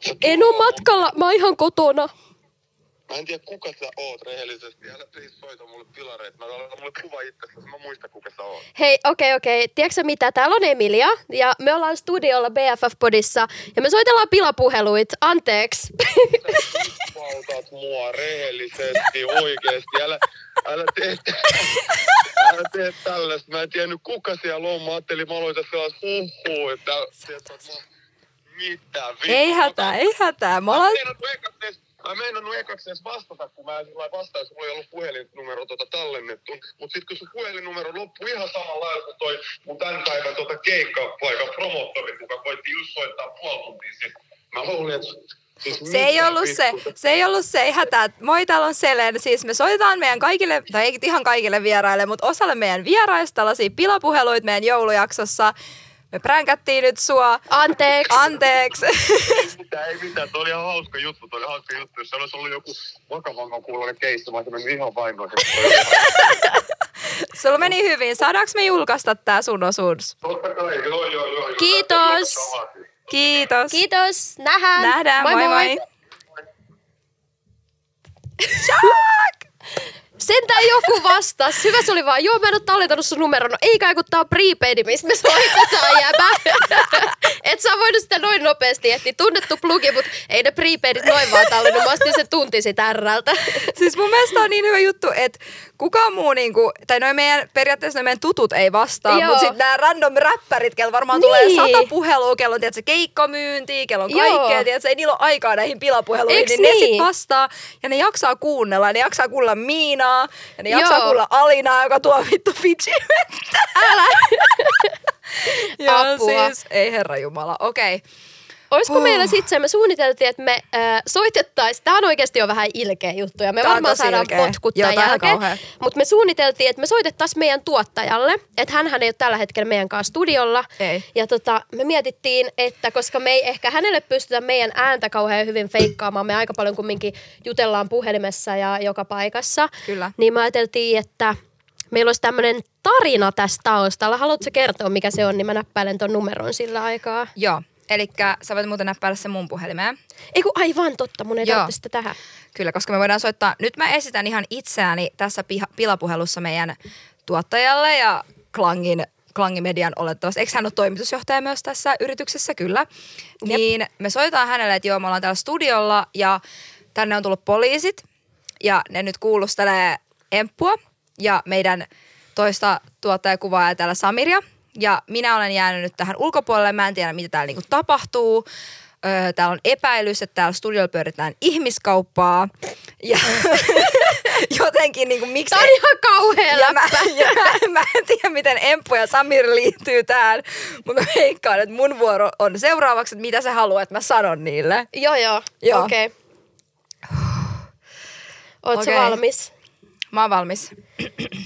S6: Sä
S1: En oo matkalla, mä oon ihan kotona.
S6: Mä en tiedä kuka sä oot rehellisesti. Älä please soita mulle pilareita. Mä laitan mulle kuva itsestäsi. Mä muistan kuka sä oot.
S1: Hei, okei, okay, okei. Okay. Tiedätkö sä mitä? Täällä on Emilia ja me ollaan studiolla BFF-podissa ja me soitellaan pilapuheluit. Anteeksi.
S6: Valtaat mua rehellisesti oikeesti. Älä, älä tee, älä tee tällaista. Mä en tiennyt kuka siellä on. Mä ajattelin, mä aloitan sellaista huhuu, että... tiedätkö, että mä- Mitä vittu?
S2: Ei hätää, ei hätää. Me ollaan...
S6: Mä en meinannut ekaksi edes vastata, kun mä en sillä lailla vastaan, kun mulla ei ollut puhelinnumero tota tallennettu. Mut sit kun sun puhelinnumero loppui ihan samalla lailla kuin toi mun tän päivän tota keikkapaikan promottori, kuka koitti just soittaa puoli tuntia sitten. Mä luulin, että Siis
S2: Se ei
S6: mitään
S2: ollut se,
S6: pikkuista.
S2: se ei ollut se, ei hätää. Moi, täällä on Selen. Siis me soitetaan meidän kaikille, tai ei ihan kaikille vieraille, mutta osalle meidän vieraista tällaisia pilapuheluita meidän joulujaksossa. Me pränkättiin nyt sua.
S1: Anteeksi.
S2: Anteeksi. (laughs)
S6: Ei mitään, ei mitään. Tuo oli ihan hauska juttu, tuo oli hauska juttu. Jos se olisi ollut joku vakavamman kuulonen keissi, mä olisin mennyt ihan vainoiseksi.
S2: Sulla meni hyvin. Saadaanko me julkaista tää sun osuus?
S6: Totta kai, joo, joo, joo, joo.
S1: Kiitos.
S2: Kiitos.
S1: Kiitos, nähdään.
S2: Nähdään, moi moi. moi.
S1: Sentään joku vastasi. Hyvä se oli vaan, joo mä en ole tallentanut sun numero. No ei kai kun tää on prepaid, mistä me soitetaan jäbä. (laughs) Et sä voinut sitä noin nopeasti ehtiä. Tunnettu plugi, mut ei ne prepaidit noin vaan tallennu. Mä astin sen tunti sit Rltä.
S2: Siis mun mielestä on niin hyvä juttu, että kukaan muu, niinku, tai noin meidän, periaatteessa noi meidän tutut ei vastaa,
S1: Joo.
S2: mutta sitten nämä random räppärit, kello varmaan niin. tulee
S1: Niin.
S2: sata puhelua, kello on tiedätkö, keikkamyyntiä, kello on
S1: Joo.
S2: kaikkea, tiedätkö, ei niillä ole aikaa näihin pilapuheluihin,
S1: Eiks
S2: niin, niin, ne
S1: niin?
S2: sitten vastaa, ja ne jaksaa kuunnella, ja ne jaksaa kuulla Miinaa, ja ne jaksaa
S1: Joo.
S2: kuulla Alinaa, joka tuo vittu Fiji vettä. Älä! (laughs) Joo,
S1: Apua.
S2: siis, ei herra Jumala, okei. Okay.
S1: Olisiko
S2: Huh.
S1: meillä sit se, me suunniteltiin, että me äh, soitettais, tää on oikeasti jo vähän ilkeä juttu ja me
S2: Tää on
S1: varmaan
S2: tosi
S1: saadaan
S2: ilkeä.
S1: potkut
S2: Joo,
S1: tämän
S2: tää on ihan
S1: jälkeen,
S2: kauhea.
S1: mutta me suunniteltiin, että me soitettais meidän tuottajalle, että hänhän ei ole tällä hetkellä meidän kanssa studiolla
S2: Ei.
S1: ja tota, me mietittiin, että koska me ei ehkä hänelle pystytä meidän ääntä kauhean hyvin feikkaamaan, me aika paljon kumminkin jutellaan puhelimessa ja joka paikassa,
S2: Kyllä.
S1: niin me ajateltiin, että meillä olisi tämmöinen tarina tässä taustalla. Haluatko kertoa, mikä se on, niin mä näppäilen ton numeron sillä aikaa.
S2: Joo, eli sä voit muuten näppäillä se mun puhelimeen.
S1: Ei kun aivan totta, mun ei
S2: Joo.
S1: tarvitse sitä tähän. (laughs)
S2: Kyllä, koska me voidaan soittaa. Nyt mä esitän ihan itseäni tässä piha- pilapuhelussa meidän tuottajalle ja Klangin, Klangimedian olettavasti. Eikö hän ole toimitusjohtaja myös tässä yrityksessä? Kyllä. Jep. Niin me soitetaan hänelle, että joo, me ollaan täällä studiolla ja tänne on tullut poliisit ja ne nyt kuulustelee Emppua ja meidän toista tuottajakuvaajaa täällä Samiria. Ja minä olen jäänyt nyt tähän ulkopuolelle, mä en tiedä mitä täällä niinku tapahtuu. Öö, täällä on epäilys, että täällä studiolla pyöritään ihmiskauppaa. Ja (laughs) jotenkin niinku miksi...
S1: Tämä on ihan kauhea
S2: ja mä,
S1: läppä.
S2: (laughs) ja mä, mä en tiedä, miten Emppu ja Samir liittyy tähän, mutta mä veikkaan, että mun vuoro on seuraavaksi, että mitä se haluaa, että mä sanon niille.
S1: Joo, joo.
S2: Joo.
S1: Okei. Okay. Ootko
S2: Okei.
S1: okay. valmis?
S2: Mä oon valmis.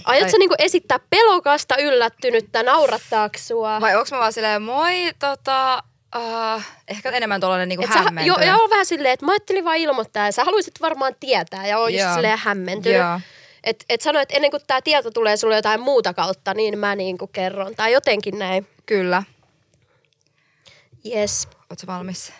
S1: Aiotko niinku esittää pelokasta yllättynyttä, naurattaako sua?
S2: Vai onks mä vaan silleen, moi, tota, uh, ehkä enemmän tuollainen niinku
S1: Et sä, joo,
S2: hämmentynyt.
S1: ja on vähän silleen, että mä ajattelin vaan ilmoittaa ja sä haluaisit varmaan tietää ja on just
S2: Joo.
S1: silleen hämmentynyt.
S2: Joo.
S1: Et, et sano, että ennen kuin tämä tieto tulee sulle jotain muuta kautta, niin mä niinku kerron. Tai jotenkin näin.
S2: Kyllä.
S1: Yes.
S2: Ootko valmis?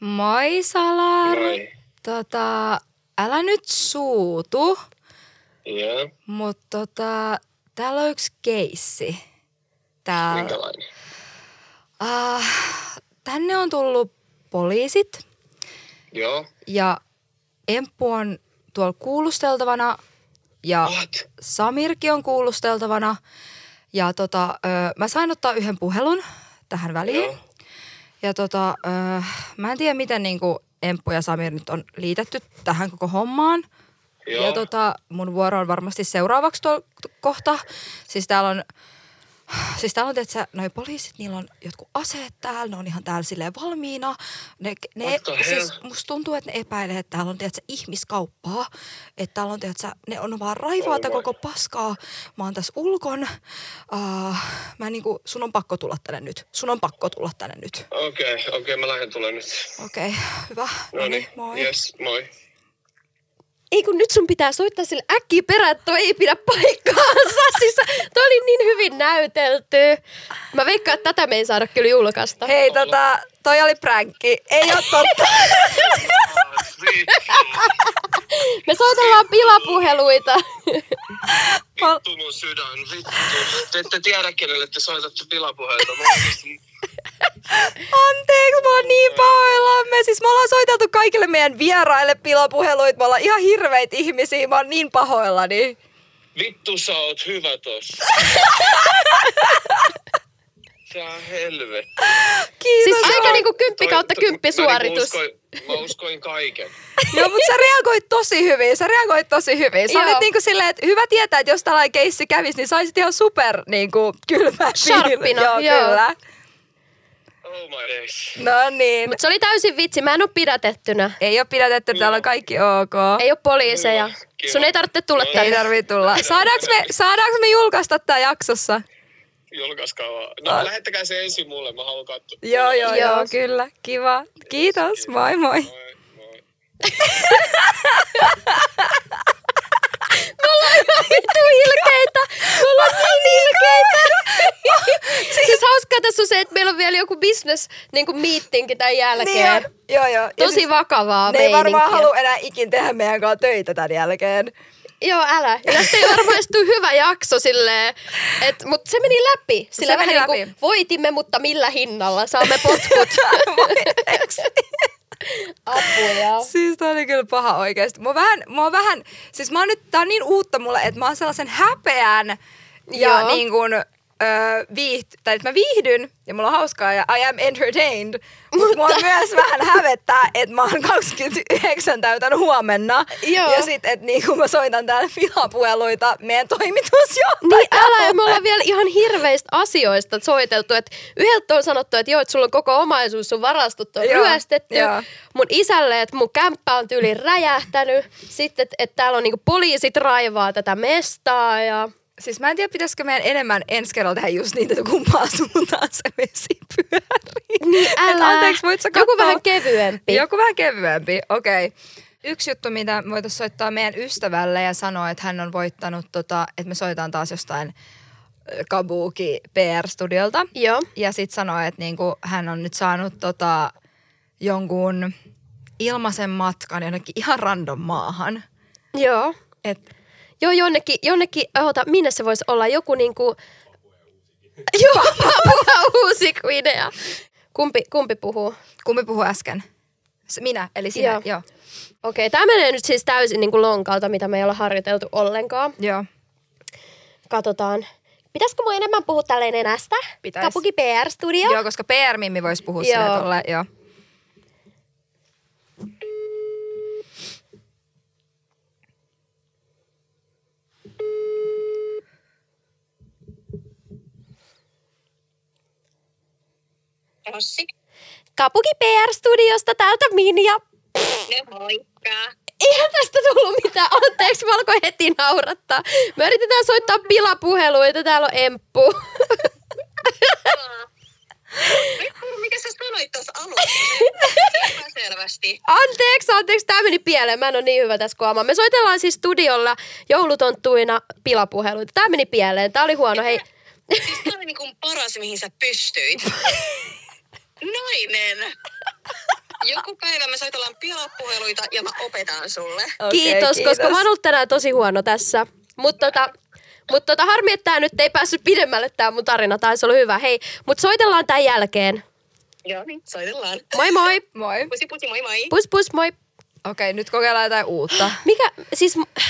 S2: Moi Salar.
S6: Moi.
S2: Tota, älä nyt suutu,
S6: Joo,
S2: mutta tota, täällä on yksi keissi. Täällä.
S6: minkälainen?
S2: Ah, tänne on tullut poliisit
S6: Joo.
S2: ja Emppu on tuolla kuulusteltavana ja
S6: What?
S2: Samirkin on kuulusteltavana. Ja tota, ö, mä sain ottaa yhden puhelun tähän väliin.
S6: Joo.
S2: Ja tota, ö, mä en tiedä miten niinku Emppu ja Samir nyt on liitetty tähän koko hommaan.
S6: Joo.
S2: Ja tota, mun vuoro on varmasti seuraavaksi tuolla kohta. Siis täällä on, siis täällä on tietysti, noi poliisit, niillä on jotkut aseet täällä, ne on ihan täällä silleen valmiina. Ne, ne,
S6: What the hell?
S2: siis musta tuntuu, että ne epäilee, että täällä on tietysti ihmiskauppaa. Että täällä on tietysti, ne on vaan raivaata
S6: Oh my.
S2: koko paskaa. Mä oon tässä ulkon. Uh, mä niinku, sun on pakko tulla tänne nyt. Sun on pakko tulla tänne nyt.
S6: Okei, okei, mä lähden tulemaan nyt.
S2: Okei, okay, hyvä.
S6: No niin,
S2: moi.
S6: yes, moi.
S1: Ei kun nyt sun pitää soittaa sille äkkiä perään, että toi ei pidä paikkaansa. (laughs) Siis toi oli niin hyvin näytelty. Mä veikkaan, että tätä me ei saada kyllä julkaista.
S2: Hei, tota, toi oli pränkki. Ei oo
S6: (laughs)
S2: totta.
S1: Me soitellaan pilapuheluita.
S6: Vittu mun sydän, vittu. Te ette tiedä, kenelle te soitatte pilapuheita. Mä oikeesti-
S2: Anteeksi, mä oon niin pahoillamme. Siis me ollaan soiteltu kaikille meidän vieraille pilapuheluita. Me ollaan ihan hirveitä ihmisiä. Mä oon niin pahoillani.
S6: Vittu sä oot hyvä tossa. sä helvetti.
S2: Niin
S1: Siis
S6: Sä
S1: aika
S6: oot-
S1: niinku kymppi
S6: toi-
S1: kautta
S6: to-
S1: kymppi
S6: Mä,
S1: suoritus.
S6: niinku uskoin, mä uskoin kaiken.
S2: (laughs) Joo, mutta No, sä reagoit tosi hyvin, sä reagoit tosi hyvin. Sä
S1: Joo.
S2: olit niinku silleen, että hyvä tietää, että jos tällainen keissi kävisi, niin saisit ihan super niinku kylmää
S1: Sharppina,
S2: Joo,
S1: joo.
S2: kyllä.
S6: Oh my days.
S2: No niin.
S1: Mutta se oli täysin vitsi, mä en oo pidätettynä.
S2: Ei ole pidätetty, täällä on kaikki ok.
S1: Ei oo poliiseja.
S6: Hyvä, kiva.
S1: Sun ei tarvitse tulla
S6: Ei
S2: Ei
S1: tänne.
S2: tarvii tulla. Saadaanko me, saadaanko me julkaista tää jaksossa?
S6: Julkaiskaa vaan. No
S2: Ah.
S6: lähettäkää se ensin mulle, mä haluan katsoa.
S2: Joo,
S1: Joo.
S2: joo, joo, kyllä. Kiva. Kiitos, moi moi.
S6: Moi, moi.
S1: Vittu ilkeitä! Me ollaan niin ilkeitä! (laughs) siis hauskaa tässä on se, että meillä on vielä joku business niin kuin meetingki tämän jälkeen.
S2: Niin on. joo, joo. Ja
S1: Tosi vakavaa
S2: Ne ei varmaan
S1: meininkiä.
S2: halua enää ikin tehdä meidän kanssa töitä tämän jälkeen.
S1: Joo, älä. Ja tästä ei varmaan edes tule hyvä jakso silleen. Et, mut se meni läpi. Sillä
S2: Se
S1: vähän
S2: meni
S1: niinku
S2: läpi.
S1: voitimme, mutta millä hinnalla saamme
S2: (laughs)
S1: potkut. (laughs) Apuja.
S2: Siis tää oli kyllä paha oikeesti. Mua vähän, mua vähän, siis mä oon nyt, tää on niin uutta mulle, että mä oon sellaisen häpeän ja
S1: Joo.
S2: niin kuin, öö, viiht- tai että mä viihdyn ja mulla on hauskaa ja I am entertained. Mutta mua myös vähän hävettää, että mä oon 29 täytän huomenna.
S1: Joo.
S2: Ja sit, että niin kun mä soitan täällä vihapuheluita meidän toimitusjohtajalle.
S1: Niin älä, ja me ollaan vielä ihan hirveistä asioista soiteltu. Et yhdeltä on sanottu, että joo, että sulla on koko omaisuus, sun varastot on
S2: Joo,
S1: ryöstetty.
S2: joo.
S1: Mun isälle, että mun kämppä on tyyli räjähtänyt. Sitten, että et täällä on niinku poliisit raivaa tätä mestaa ja...
S2: Siis mä en tiedä, pitäisikö meidän enemmän ensi kerralla tehdä just niitä, että kumpaan suuntaan se vesi pyörii.
S1: Niin
S2: Et
S1: älä.
S2: Anteeksi, voit sä
S1: Joku
S2: katsoa?
S1: vähän kevyempi.
S2: Joku vähän kevyempi, okei. Yksi juttu, mitä voitaisiin soittaa meidän ystävälle ja sanoa, että hän on voittanut, tota, että me soitaan taas jostain ö, Kabuki PR-studiolta.
S1: Joo.
S2: Ja sitten sanoi, että niinku, hän on nyt saanut tota, jonkun ilmaisen matkan jonnekin ihan random maahan.
S1: (laughs) Joo.
S2: Et,
S1: Joo, jonnekin, jonnekin, oota, minne se voisi olla? Joku niinku... Joo, (laughs) Papua uusi Guinea. Kumpi, kumpi puhuu?
S2: kun me puhuin äsken. S- Minä, eli sinä,
S1: Joo.
S2: joo. joo.
S1: Okei, tämä menee nyt siis täysin niin kuin lonkalta, mitä me ei ole harjoiteltu ollenkaan.
S2: joo.
S1: Katsotaan. Pitäisikö mun enemmän puhua tälleen nenästä?
S2: Pitäis.
S1: Kapuki PR Studio.
S2: Joo, koska PR-mimmi voisi puhua
S1: Joo.
S2: sille tolle, joo.
S4: Ossi,
S1: Kapuki PR Studiosta täältä Minja.
S4: no moikka.
S1: Eihän tästä tullut mitään. Anteeksi, mä alkoi heti naurattaa. Me yritetään soittaa pilapuheluita. Täällä on Emppu.
S4: Vittu, mikä sä sanoit tuossa alussa? selvästi.
S1: Anteeksi, anteeksi, tämä meni pieleen. Mä en ole niin hyvä tässä koamaan. Me soitellaan siis studiolla joulutonttuina pilapuheluita. Tämä meni pieleen. Tämä oli huono. Hei,
S4: Siis tää oli niinku paras, mihin sä pystyit. Nainen! Joku päivä me soitellaan pilapuheluita ja mä opetan sulle.
S2: Okei,
S1: kiitos, koska mä oon ollut tänään tosi huono tässä. Mutta tota, mut tota, harmi, että tämä nyt ei päässyt pidemmälle tämä mun tarina. Tämä olisi ollut hyvä. Hei, mutta soitellaan tämän jälkeen.
S4: Joo, niin soitellaan.
S1: Moi moi.
S2: Moi.
S4: Pusi pusi, moi moi.
S1: Pus pus moi.
S2: Okei, nyt kokeillaan jotain uutta.
S1: Mikä, siis... m- (sighs)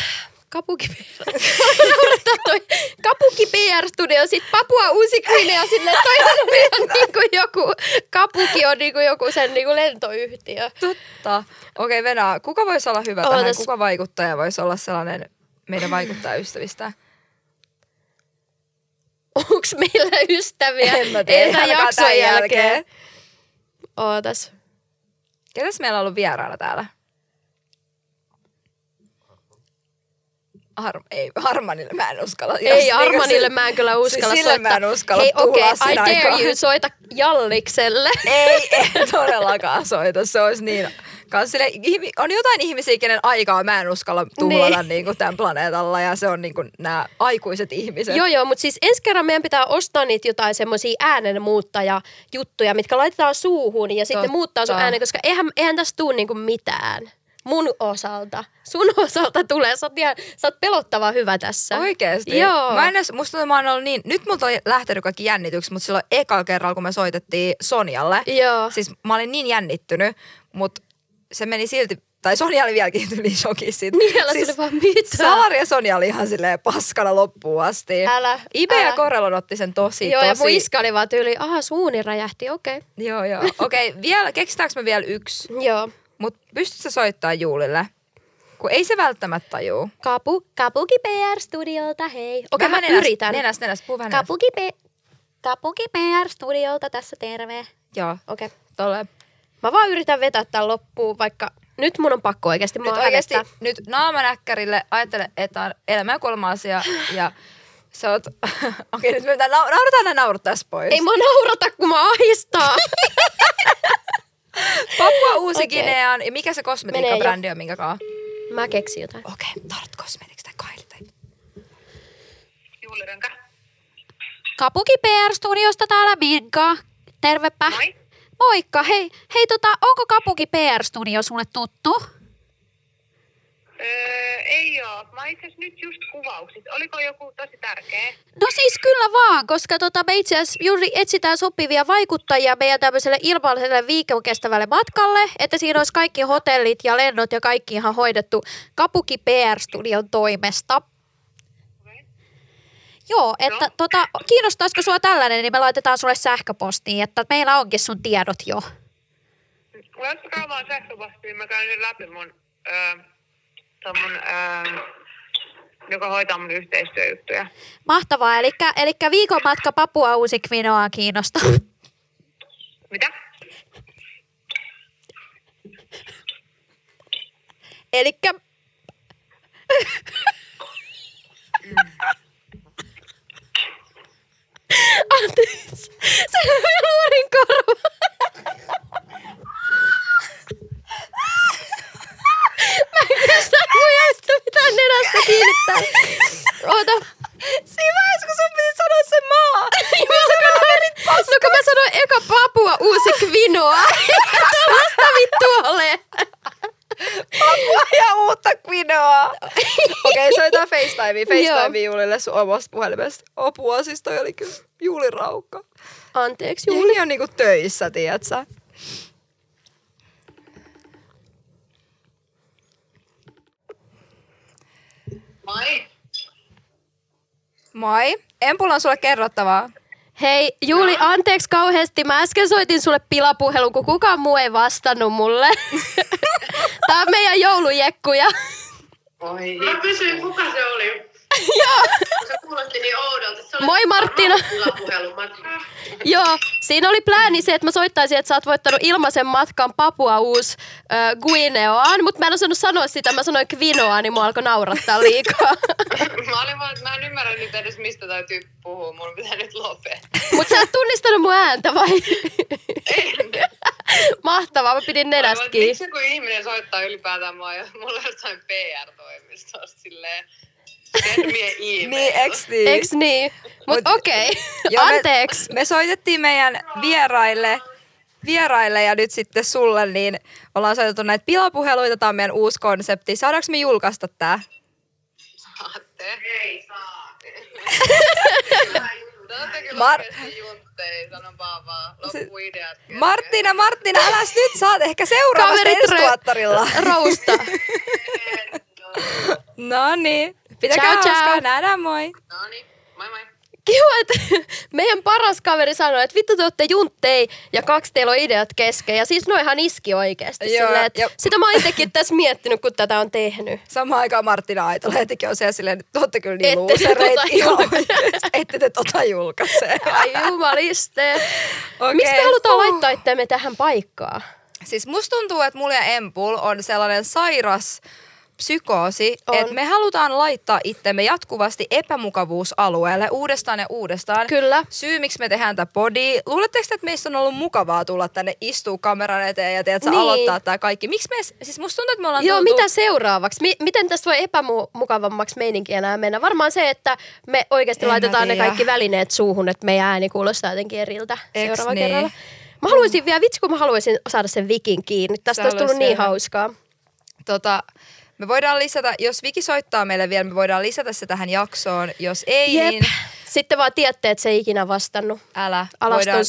S1: Kapuki PR.
S2: (laughs)
S1: Naurattaa toi Kapuki PR Studio, sit Papua Uusi Guinea silleen, toi on ihan (laughs) niinku joku, Kapuki on niinku joku sen niinku lentoyhtiö.
S2: Totta. Okei, Venä, kuka voisi olla hyvä
S1: Ootas.
S2: tähän? Kuka vaikuttaja voisi olla sellainen meidän vaikuttaa ystävistä?
S1: Onks meillä ystäviä?
S2: (laughs)
S1: Entä
S2: ainakaan
S1: jakson
S2: tämän
S1: jälkeen? Ootas.
S2: Ketäs meillä on ollut vieraana täällä? Har- ei, Armanille mä en uskalla.
S1: Ei
S2: Jos- niinku
S1: Armanille
S2: sille-
S1: mä en kyllä uskalla
S2: siis sille
S1: soittaa.
S2: mä en uskalla
S1: Hei okei,
S2: tuhlaa
S1: I
S2: sen
S1: dare
S2: aikaa.
S1: you, soita
S2: (laughs)
S1: Jallikselle.
S2: (laughs) Ei, en todellakaan soita. Se olisi niin. Kans sille, ihmi- on jotain ihmisiä, kenen aikaa mä en uskalla tuhlata
S1: Niin.
S2: niin. niin tämän planeetalla. Ja se on niin kuin nämä aikuiset ihmiset.
S1: Joo, joo, mutta siis ensi kerran meidän pitää ostaa niitä jotain semmoisia äänenmuuttajajuttuja, mitkä laitetaan suuhun ja sitten ne
S2: Totta.
S1: muuttaa sun äänen, koska eihän, eihän tässä tuu niinku mitään mun osalta. Sun (laughs) osalta tulee, sä oot, ihan, sä oot pelottava hyvä tässä.
S2: Oikeesti?
S1: Joo.
S2: Mä en edes, musta tuntuu, että mä oon ollut niin, nyt multa oli lähtenyt kaikki jännityksi, mutta silloin eka kerralla, kun me soitettiin Sonjalle,
S1: Joo.
S2: siis mä olin niin jännittynyt, mutta se meni silti tai Sonja oli vieläkin yli shokissa siitä.
S7: Niin, älä
S2: siis
S7: tuli vaan mitään.
S2: Salari ja Sonja oli ihan silleen paskana loppuun asti.
S7: Älä,
S2: Ibe ja
S7: älä.
S2: Korelon otti sen tosi,
S7: Joo,
S2: tosi.
S7: ja mun iska oli vaan tyyli, aha, suuni räjähti, okei. Okay.
S2: Joo, joo. Okei, okay, vielä, keksitäänkö me vielä yksi?
S7: Joo.
S2: Mut pystytkö soittaa Juulille? Kun ei se välttämättä tajuu.
S7: Kapu, Kapuki PR-studiolta, hei. Okei, okay, mä,
S2: nenäs-
S7: yritän.
S2: Nenäs, nenäs, puu vähän nenäs.
S7: Kapuki, P... Kapuki PR-studiolta, tässä terve.
S2: Joo,
S7: Okei. Okay.
S2: tolle.
S7: Mä vaan yritän vetää tämän loppuun, vaikka nyt mun on pakko oikeasti. Mua
S2: Nyt oikeasti,
S7: hävettää.
S2: nyt naamanäkkärille ajattele, että on elämä ja kuolema asia ja sä oot... (laughs) Okei, okay, nyt me pitää nau- naurataan ja naurattaisi pois.
S7: Ei mua naurata, kun mä
S2: (laughs)
S7: ahistaa.
S2: Papua Uusi okay.
S7: Okei.
S2: Gineaan. Ja mikä se kosmetiikkabrändi on, minkä kaa?
S7: mä keksin jotain.
S2: Okei, okay, Tart Cosmetics tai Kylie tai...
S4: Juulirenka.
S7: Kapuki PR-studiosta täällä Minka. Tervepä.
S4: Moi.
S7: Moikka. Hei, hei tota, onko Kapuki PR-studio sulle tuttu?
S4: Öö, ei oo. Mä itse asiassa nyt just kuvauksit. Oliko joku tosi tärkeä?
S7: No siis kyllä vaan, koska tota, me itse asiassa juuri etsitään sopivia vaikuttajia meidän tämmöiselle ilmaiselle viikon kestävälle matkalle, että siinä olisi kaikki hotellit ja lennot ja kaikki ihan hoidettu Kapuki PR-studion toimesta. Joo, että no. tota, kiinnostaisiko sua tällainen, niin me laitetaan sulle sähköpostiin, että meillä onkin sun tiedot jo.
S4: Laittakaa vaan sähköpostiin, mä käyn sen läpi mun, öö, ton mun öö, joka hoitaa mun yhteistyöjuttuja.
S7: Mahtavaa, eli, eli viikon matka Papua Uusi Kvinoa kiinnostaa.
S4: Mitä?
S7: Eli Anteeksi, se oli luurin korva. Mä en kestä mun jäistä mitään nenästä kiinnittää. Oota.
S2: Siinä vaiheessa, kun sun piti sanoa se maa! niin
S7: Mä sanoin, no kun mä sanoin eka Papua Uusi Kvinoa. Tällaista vittua ole.
S2: Papua (laughs) ja uutta Quinoa! (laughs) Okei, okay, soitetaan (laughs) FaceTimea. FaceTime
S7: Joo.
S2: Juulille sun omasta puhelimesta. Apua, siis toi oli kyllä Juuliraukka.
S7: Anteeksi, Juuli.
S2: Juuli on niinku töissä, tiedät sä?
S4: Moi.
S2: Moi. Empulla on sulle kerrottavaa.
S7: Hei, Juuli, anteeksi kauheasti. Mä äsken soitin sulle pilapuhelun, kun kukaan muu ei vastannut
S2: (laughs)
S7: mulle. Tää on meidän joulujekkuja.
S4: Oi. Mä kysyin, kuka se
S2: (laughs)
S4: oli. Joo. Se kuulosti niin oudolta. Se oli
S7: Moi, Marttina.
S4: Puhelu. Mä...
S7: (laughs) Joo, siinä oli plääni se, että mä soittaisin, että sä oot voittanut ilmaisen matkan Papua Uus äh, Guineaan, mutta mä en osannut sanoa sitä, mä sanoin Kvinoa, niin mua alkoi naurattaa
S2: (laughs)
S7: liikaa.
S4: mä olin vaan, että mä en ymmärrä nyt edes, mistä tämä tyyppi puhuu. Mun pitää nyt lopettaa.
S7: Mut sä et tunnistanut mun ääntä vai? (laughs)
S2: (laughs)
S7: Mahtavaa, mä pidin nenästä
S4: Aivan, Miksi
S7: kiinni.
S4: joku ihminen soittaa ylipäätään mua ja mulla on jossain PR-toimistossa silleen... Send
S2: (laughs)
S4: me an email.
S2: Niin, eks niin?
S7: Eiks niin? Mut
S2: Mut-
S7: okei,
S2: (laughs) Joo, me-
S7: anteeksi.
S2: Me soitettiin meidän vieraille, vieraille ja nyt sitten sulle, niin ollaan soitettu näitä pilapuheluita. Tämä on meidän uusi konsepti. Saadaanko me julkaista tämä?
S4: Saatte. Ei saa. Te olette kyllä
S2: Mar-
S4: oikeesti juntteja, sanon vaan vaan. Loppuideat.
S2: Martina, Martina, äläs nyt, saat ehkä seuraavasta
S7: Kaverit rö-
S2: enstuottorilla.
S7: Rousta.
S2: (laughs) No niin, pitäkää
S7: Ciao, ciao.
S2: hauskaa, nähdään, moi.
S4: No niin, moi moi.
S7: Kiva, että (laughs) meidän paras kaveri sanoi, että vittu te olette junttei ja kaksi teillä on ideat kesken. Ja siis noihan iski oikeasti.
S2: Joo,
S7: silleen, että
S2: ja-
S7: sitä mä oon itekin tässä miettinyt, kun tätä on tehnyt.
S2: Samaan aikaan Martina Aitolehtikin on siellä silleen, että te olette kyllä niin
S7: Ette te
S2: luusereit
S7: tota
S2: ihan
S7: julkaise.
S2: oikeesti, ette te tota julkaise.
S7: Ai jumaliste.
S2: Okei.
S7: Okay. Miksi me halutaan laittaa itseämme tähän paikkaan?
S2: Siis musta tuntuu, että mulla ja Empul on sellainen sairas psykoosi,
S7: On.
S2: että me halutaan laittaa itsemme jatkuvasti epämukavuusalueelle uudestaan ja uudestaan.
S7: Kyllä.
S2: Syy, miksi me tehdään tämä podi. Luuletteko, te, että meistä on ollut mukavaa tulla tänne istuu kameran eteen ja teet, niin.
S7: Niin.
S2: aloittaa tämä kaikki? Miksi me, edes- siis musta tuntuu, että me ollaan
S7: Joo,
S2: tultu...
S7: mitä seuraavaksi? Mi- miten tästä voi epämukavammaksi meininki enää mennä? Varmaan se, että me oikeasti
S2: En mä
S7: laitetaan ne
S2: tiedä.
S7: kaikki välineet suuhun, että meidän ääni kuulostaa jotenkin eriltä
S2: Eks
S7: seuraavalla
S2: niin?
S7: kerralla. Mä haluaisin vielä, vitsi kun mä haluaisin saada sen vikin kiinni. Tästä
S2: Sä
S7: olisi tullut
S2: haluaisit
S7: niin
S2: vielä.
S7: hauskaa.
S2: Tota, me voidaan lisätä, jos Viki soittaa meille vielä, me voidaan lisätä se tähän jaksoon. Jos ei,
S7: Jep,
S2: niin
S7: Sitten vaan tiedätte, että se ei ikinä vastannut
S2: Älä.
S7: Alaston
S2: Voidaan-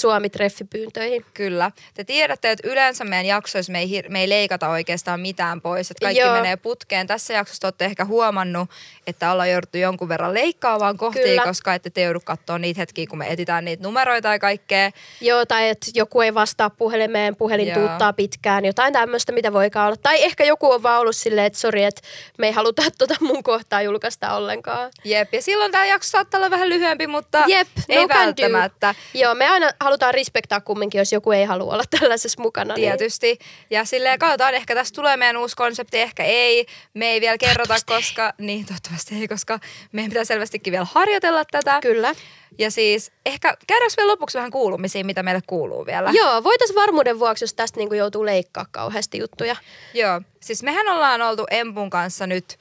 S7: Suomi-treffipyyntöihin.
S2: Kyllä. Te tiedätte, että yleensä meidän jaksoissa me ei, hir- me ei leikata oikeastaan mitään pois. Että kaikki
S7: Joo.
S2: Joo. menee putkeen. Tässä jaksossa olette ehkä huomannut, että ollaan jouduttu jonkun verran leikkaamaan kohtia,
S7: Kyllä.
S2: Kyllä. koska ette te joudu katsoa niitä hetkiä, kun me etitään niitä numeroita ja kaikkea.
S7: Joo, tai että joku ei vastaa puhelimeen, puhelin Joo.
S2: Joo.
S7: tuuttaa pitkään, jotain tämmöistä, mitä voikaan olla. Tai ehkä joku on vaan ollut silleen, että sori, että me ei haluta (laughs) tota mun kohtaa julkaista ollenkaan.
S2: Jep, ja silloin tämä jakso saattaa olla vähän lyhyempi, mutta
S7: Jep,
S2: Ah, ei
S7: no can do.
S2: välttämättä.
S7: Joo, me aina halutaan respektaa kumminkin, jos joku ei halua olla (laughs) tällaisessa mukana. Niin.
S2: Tietysti. Ja silleen katsotaan, ehkä tästä tulee meidän uusi konsepti, ehkä ei. Me ei vielä kerrota, koska... Niin, toivottavasti ei, koska meidän pitää selvästikin vielä harjoitella tätä.
S7: Kyllä.
S2: Ja siis ehkä käydäänkö vielä lopuksi vähän kuulumisia, mitä meille kuuluu vielä?
S7: Joo, voitaisiin varmuuden vuoksi, jos tästä niinku joutuu leikkaa kauheasti juttuja.
S2: Joo. Siis mehän ollaan oltu Empun kanssa nyt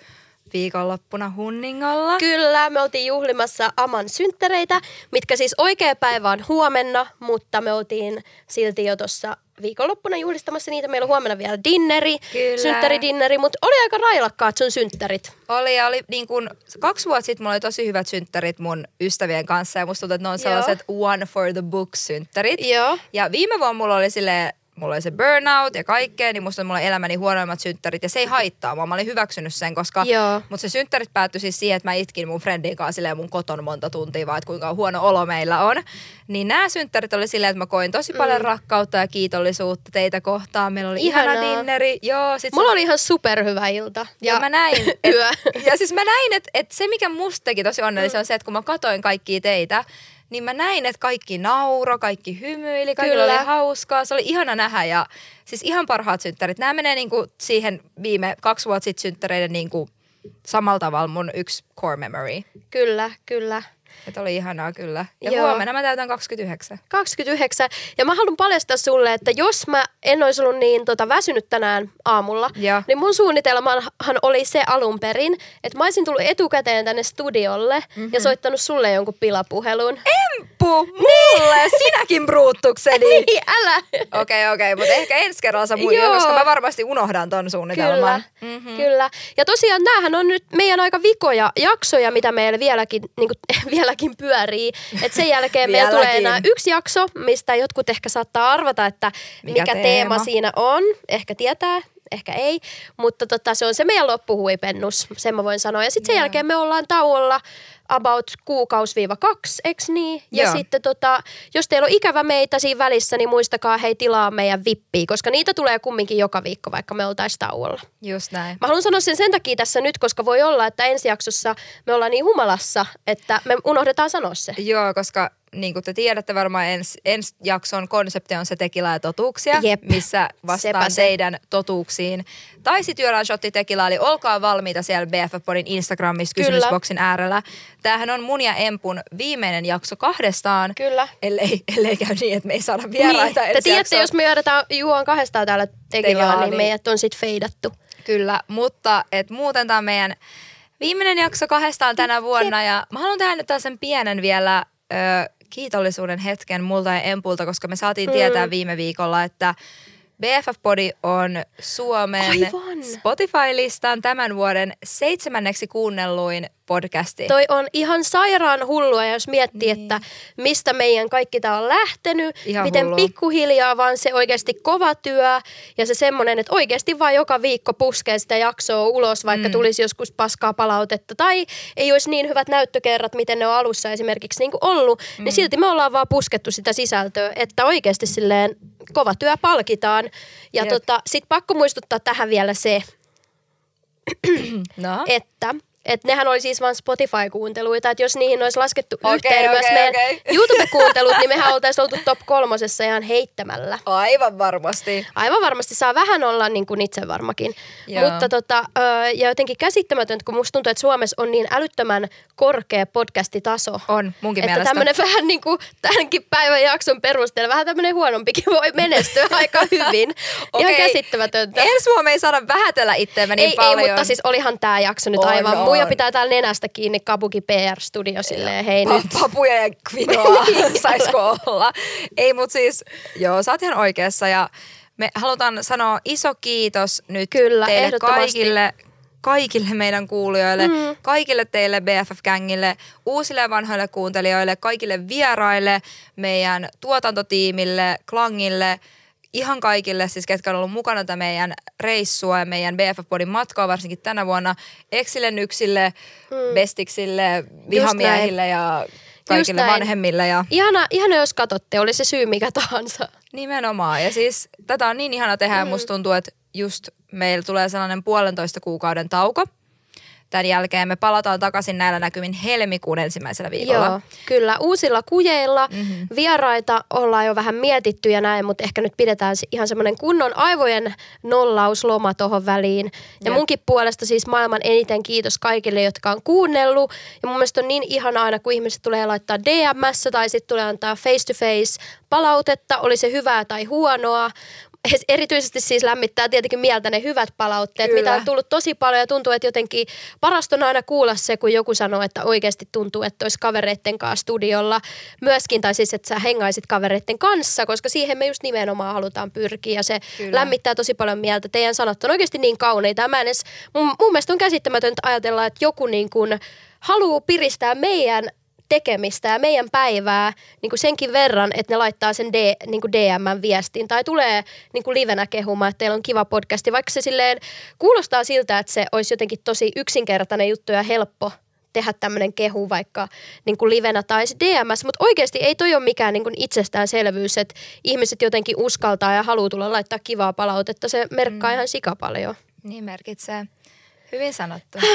S2: viikonloppuna Hunningolla.
S7: Kyllä, me oltiin juhlimassa Aman synttäreitä, mitkä siis oikea päivä on huomenna, mutta me oltiin silti jo tuossa viikonloppuna juhlistamassa niitä. Meillä on huomenna vielä dinneri,
S2: Kyllä.
S7: synttäridinneri, mutta oli aika railakkaat sun synttärit.
S2: Oli ja oli niin kuin, kaksi vuotta sitten mulla oli tosi hyvät synttärit mun ystävien kanssa ja musta tuntuu, että ne on sellaiset one for the book synttärit.
S7: Joo.
S2: Ja viime vuonna mulla oli sille mulla oli se burnout ja kaikkea, niin musta mulla oli elämäni huonoimmat synttärit ja se ei haittaa mua. Mä olin hyväksynyt sen, koska
S7: Joo.
S2: mutta se synttärit päättyi siis siihen, että mä itkin mun friendin kanssa silleen mun koton monta tuntia, vaan että kuinka huono olo meillä on. Niin nämä synttärit oli silleen, että mä koin tosi paljon
S7: Mm.
S2: rakkautta ja kiitollisuutta teitä kohtaan. Meillä oli ihana
S7: Ihanaa.
S2: dinneri. Joo, sit se-
S7: Mulla oli ihan superhyvä ilta.
S2: ja, ja mä näin, et,
S7: yö.
S2: ja siis mä näin, että et se mikä musta teki tosi onnellisen on se, että kun mä katoin kaikkia teitä, niin mä näin, että kaikki nauro, kaikki hymyili, kaikki
S7: Kyllä.
S2: oli hauskaa. Se oli ihana nähdä ja siis ihan parhaat synttärit. Nämä menee niinku siihen viime kaksi vuotta sitten synttäreiden niinku samalla tavalla mun yksi core memory.
S7: Kyllä, kyllä.
S2: Että oli ihanaa kyllä. Ja
S7: Joo.
S2: Joo. huomenna mä täytän 29.
S7: 29. Ja mä haluan paljastaa sulle, että jos mä en olisi ollut niin tota, väsynyt tänään aamulla,
S2: Joo.
S7: niin mun suunnitelmahan oli se alun perin, että mä olisin tullut etukäteen tänne studiolle mm-hmm.
S2: Mhm.
S7: ja soittanut sulle jonkun pilapuhelun.
S2: Puu, mulle! Sinäkin (laughs) bruuttukseni!
S7: Ei, (laughs) älä!
S2: Okei, okei, mutta ehkä ensi kerralla sä muistat,
S7: Joo.
S2: koska mä varmasti unohdan ton suunnitelman.
S7: Kyllä,
S2: Mhm.
S7: mm-hmm. kyllä. Ja tosiaan näähän on nyt meidän aika vikoja jaksoja, mitä meillä vieläkin, niin kuin, (laughs) vieläkin pyörii. Et sen jälkeen meillä tulee
S2: Vieläkin.
S7: enää yksi jakso, mistä jotkut ehkä saattaa arvata, että mikä,
S2: Mikä
S7: mikä teema.
S2: teema
S7: siinä on. Ehkä tietää, ehkä ei. Mutta tota, se on se meidän loppuhuipennus, sen mä voin sanoa. Ja sitten sen jälkeen me ollaan tauolla about kuukaus-kaksi, eks niin? Ja
S2: Joo.
S7: sit sitten tota, jos teillä on ikävä meitä siinä välissä, niin muistakaa hei tilaa meidän vippiä, koska niitä tulee kumminkin joka viikko, vaikka me oltaisiin tauolla.
S2: Just näin.
S7: Mä haluan sanoa sen sen takia tässä nyt, koska voi olla, että ensi jaksossa me ollaan niin humalassa, että me unohdetaan sanoa se.
S2: Joo, koska niin kuin te tiedätte varmaan ens, ensi jakson konsepti on se tekila ja totuuksia,
S7: Jep.
S2: missä
S7: Sepä
S2: vastaan
S7: se.
S2: teidän totuuksiin. Tai sitten juodaan shotti tekilaa, eli olkaa valmiita siellä BFF-podin Instagramissa
S7: Kyllä.
S2: kysymysboksin äärellä. Tämähän on mun ja Empun viimeinen jakso kahdestaan.
S7: Kyllä.
S2: Ellei, ellei käy niin, että me ei saada vieraita
S7: niin, te
S2: ensi
S7: tiedätte,
S2: jaksoon.
S7: jos me juodaan juon kahdestaan täällä tekilaa,
S2: Tekilaa,
S7: niin, niin
S2: niin-
S7: meidät on sit feidattu.
S2: Kyllä, mutta et muuten tämä on meidän viimeinen jakso kahdestaan tänä vuonna ja mä haluan tehdä nyt sen pienen vielä ö, kiitollisuuden hetken multa ja Empulta, koska me
S7: Mm.
S2: saatiin tietää viime viikolla, että BFF Body on Suomen
S7: Aivan.
S2: Spotify-listan tämän vuoden seitsemänneksi kuunnelluin podcasti.
S7: Toi on ihan sairaan hullua, ja jos miettii, niin. että mistä meidän kaikki tämä on lähtenyt,
S2: Ihan
S7: miten
S2: hullua.
S7: pikkuhiljaa vaan se oikeasti kova työ ja se semmoinen, että oikeasti vaan joka viikko puskee sitä jaksoa ulos, vaikka mm. tulisi joskus paskaa palautetta tai ei olisi niin hyvät näyttökerrat, miten ne on alussa esimerkiksi niin kuin ollut, mm. niin silti me ollaan vaan puskettu sitä sisältöä, että oikeasti silleen kova työ palkitaan. Ja
S2: Jep.
S7: tota, sitten pakko muistuttaa tähän vielä se,
S2: No.
S7: että et nehän oli siis vain Spotify-kuunteluita, että jos niihin olisi laskettu okay, yhteen
S2: okei,
S7: myös meidän
S2: okei. (laughs)
S7: YouTube-kuuntelut, niin mehän oltaisiin oltu top kolmosessa ihan heittämällä.
S2: Aivan varmasti.
S7: Aivan varmasti saa vähän olla niin kuin itse varmakin. Joo.
S2: Joo.
S7: Mutta tota, ö, ja jotenkin käsittämätöntä, kun musta tuntuu, että Suomessa on niin älyttömän korkea podcastitaso.
S2: On, munkin
S7: Että
S2: mielestä.
S7: tämmöinen vähän niin kuin tämänkin päivän jakson perusteella, vähän tämmöinen huonompikin voi menestyä aika hyvin. Ihan
S2: (laughs) Okei.
S7: käsittämätöntä.
S2: Ensi vuonna me ei saada vähätellä itseämme niin
S7: ei,
S2: paljon.
S7: Ei, mutta siis olihan tämä jakso nyt
S2: On,
S7: aivan. Muija
S2: on.
S7: pitää täällä nenästä kiinni Kabuki PR Studio silleen, hei nyt. Niin.
S2: Pa- papuja ja
S7: (laughs)
S2: kvinoa saisiko olla. Ei, mutta siis, joo, sä oot ihan oikeassa ja me halutaan sanoa iso kiitos nyt
S7: Kyllä,
S2: teille
S7: ehdottomasti.
S2: kaikille kaikille meidän kuulijoille, mm. kaikille teille BFF-kängille, uusille ja vanhoille kuuntelijoille, kaikille vieraille, meidän tuotantotiimille, klangille, ihan kaikille, siis ketkä on ollut mukana tätä meidän reissua ja meidän BFF-podin matkaa, varsinkin tänä vuonna, eksille, nyksille, mm. bestiksille, vihamiehille ja kaikille
S7: näin.
S2: vanhemmille. Ja
S7: Ihana, ihana, jos katsotte, oli se syy mikä tahansa.
S2: Nimenomaan. Ja siis tätä on niin ihana
S7: Mm-hmm.
S2: tehdä mm. ja musta tuntuu, että just meillä tulee sellainen puolentoista kuukauden tauko. Tämän jälkeen me palataan takaisin näillä näkymin helmikuun ensimmäisellä viikolla. Mhm.
S7: Joo, kyllä. Uusilla kujeilla. Mm-hmm. Vieraita ollaan jo vähän mietitty ja näin, mutta ehkä nyt pidetään se- ihan semmoinen kunnon aivojen nollausloma tuohon väliin. Ja
S2: Jep.
S7: munkin puolesta siis maailman eniten kiitos kaikille, jotka on kuunnellut. Ja mun mielestä on niin ihana aina, kun ihmiset tulee laittaa DMssä tai sitten tulee antaa face to face palautetta, oli se hyvää tai huonoa. Es- Erityisesti siis lämmittää tietenkin mieltä ne hyvät palautteet,
S2: Kyllä.
S7: mitä on tullut tosi paljon ja tuntuu, että jotenkin parasta on aina kuulla se, kun joku sanoo, että oikeasti tuntuu, että olisi kavereitten kanssa studiolla myöskin, tai siis että sä hengaisit kavereitten kanssa, koska siihen me just nimenomaan halutaan pyrkiä ja se
S2: Kyllä.
S7: Kyllä. lämmittää tosi paljon mieltä. Teidän sanat on oikeasti niin kauniita. Ja Mä en edes, mun, mun mielestä on käsittämätöntä ajatella, että joku niin kuin haluaa piristää meidän tekemistä ja meidän päivää niin kuin senkin verran, että ne laittaa sen D, niin kuin DM-viestin tai tulee niin kuin livenä kehumaan, että teillä on kiva podcasti, vaikka se silleen kuulostaa siltä, että se olisi jotenkin tosi yksinkertainen juttu ja helppo tehdä tämmöinen kehu vaikka niin kuin livenä tai sit DMS, mutta oikeasti ei toi ole mikään niin kuin itsestäänselvyys, että ihmiset jotenkin uskaltaa ja haluaa tulla laittaa kivaa palautetta, se merkkaa mm. ihan sikapaljon.
S2: Niin merkitsee. Hyvin sanottu. (sighs)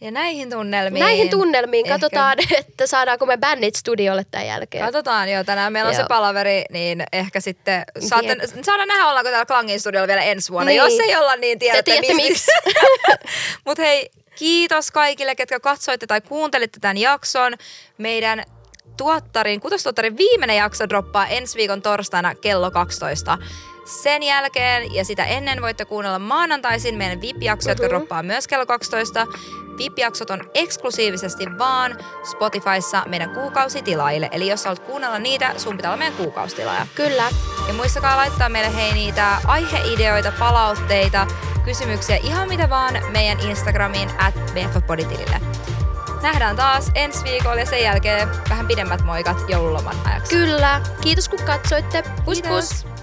S2: Ja näihin tunnelmiin.
S7: Näihin tunnelmiin
S2: Niin. ehkä.
S7: katsotaan, (laughs) että saadaanko me bändit studiolle tämän jälkeen.
S2: Katsotaan jo, tänään meillä on
S7: Joo.
S2: se palaveri, niin ehkä sitten saatte,
S7: Jep.
S2: saadaan nähdä ollaanko täällä Klangin studiolla vielä ensi vuonna.
S7: Niin.
S2: Jos ei olla, niin tiedätte,
S7: Te tiedätte
S2: (laughs) Mutta hei, kiitos kaikille, ketkä katsoitte tai kuuntelitte tämän jakson. Meidän tuottarin, kutostuottarin viimeinen jakso droppaa ensi viikon torstaina kello 12. Sen jälkeen ja sitä ennen voitte kuunnella maanantaisin meidän VIP-jakso, jotka droppaa myös kello 12. VIP-jaksot on eksklusiivisesti vaan Spotifyssa meidän kuukausitilaille. Eli jos haluat kuunnella niitä, sun pitää olla meidän kuukausitilaaja.
S7: Kyllä.
S2: Ja muistakaa laittaa meille hei niitä aiheideoita, palautteita, kysymyksiä, ihan mitä vaan meidän Instagramiin at BFPoditilille. Nähdään taas ensi viikolla ja sen jälkeen vähän pidemmät moikat joululoman ajaksi.
S7: Kyllä. Kiitos kun katsoitte. Pus
S2: Kiitos.
S7: pus.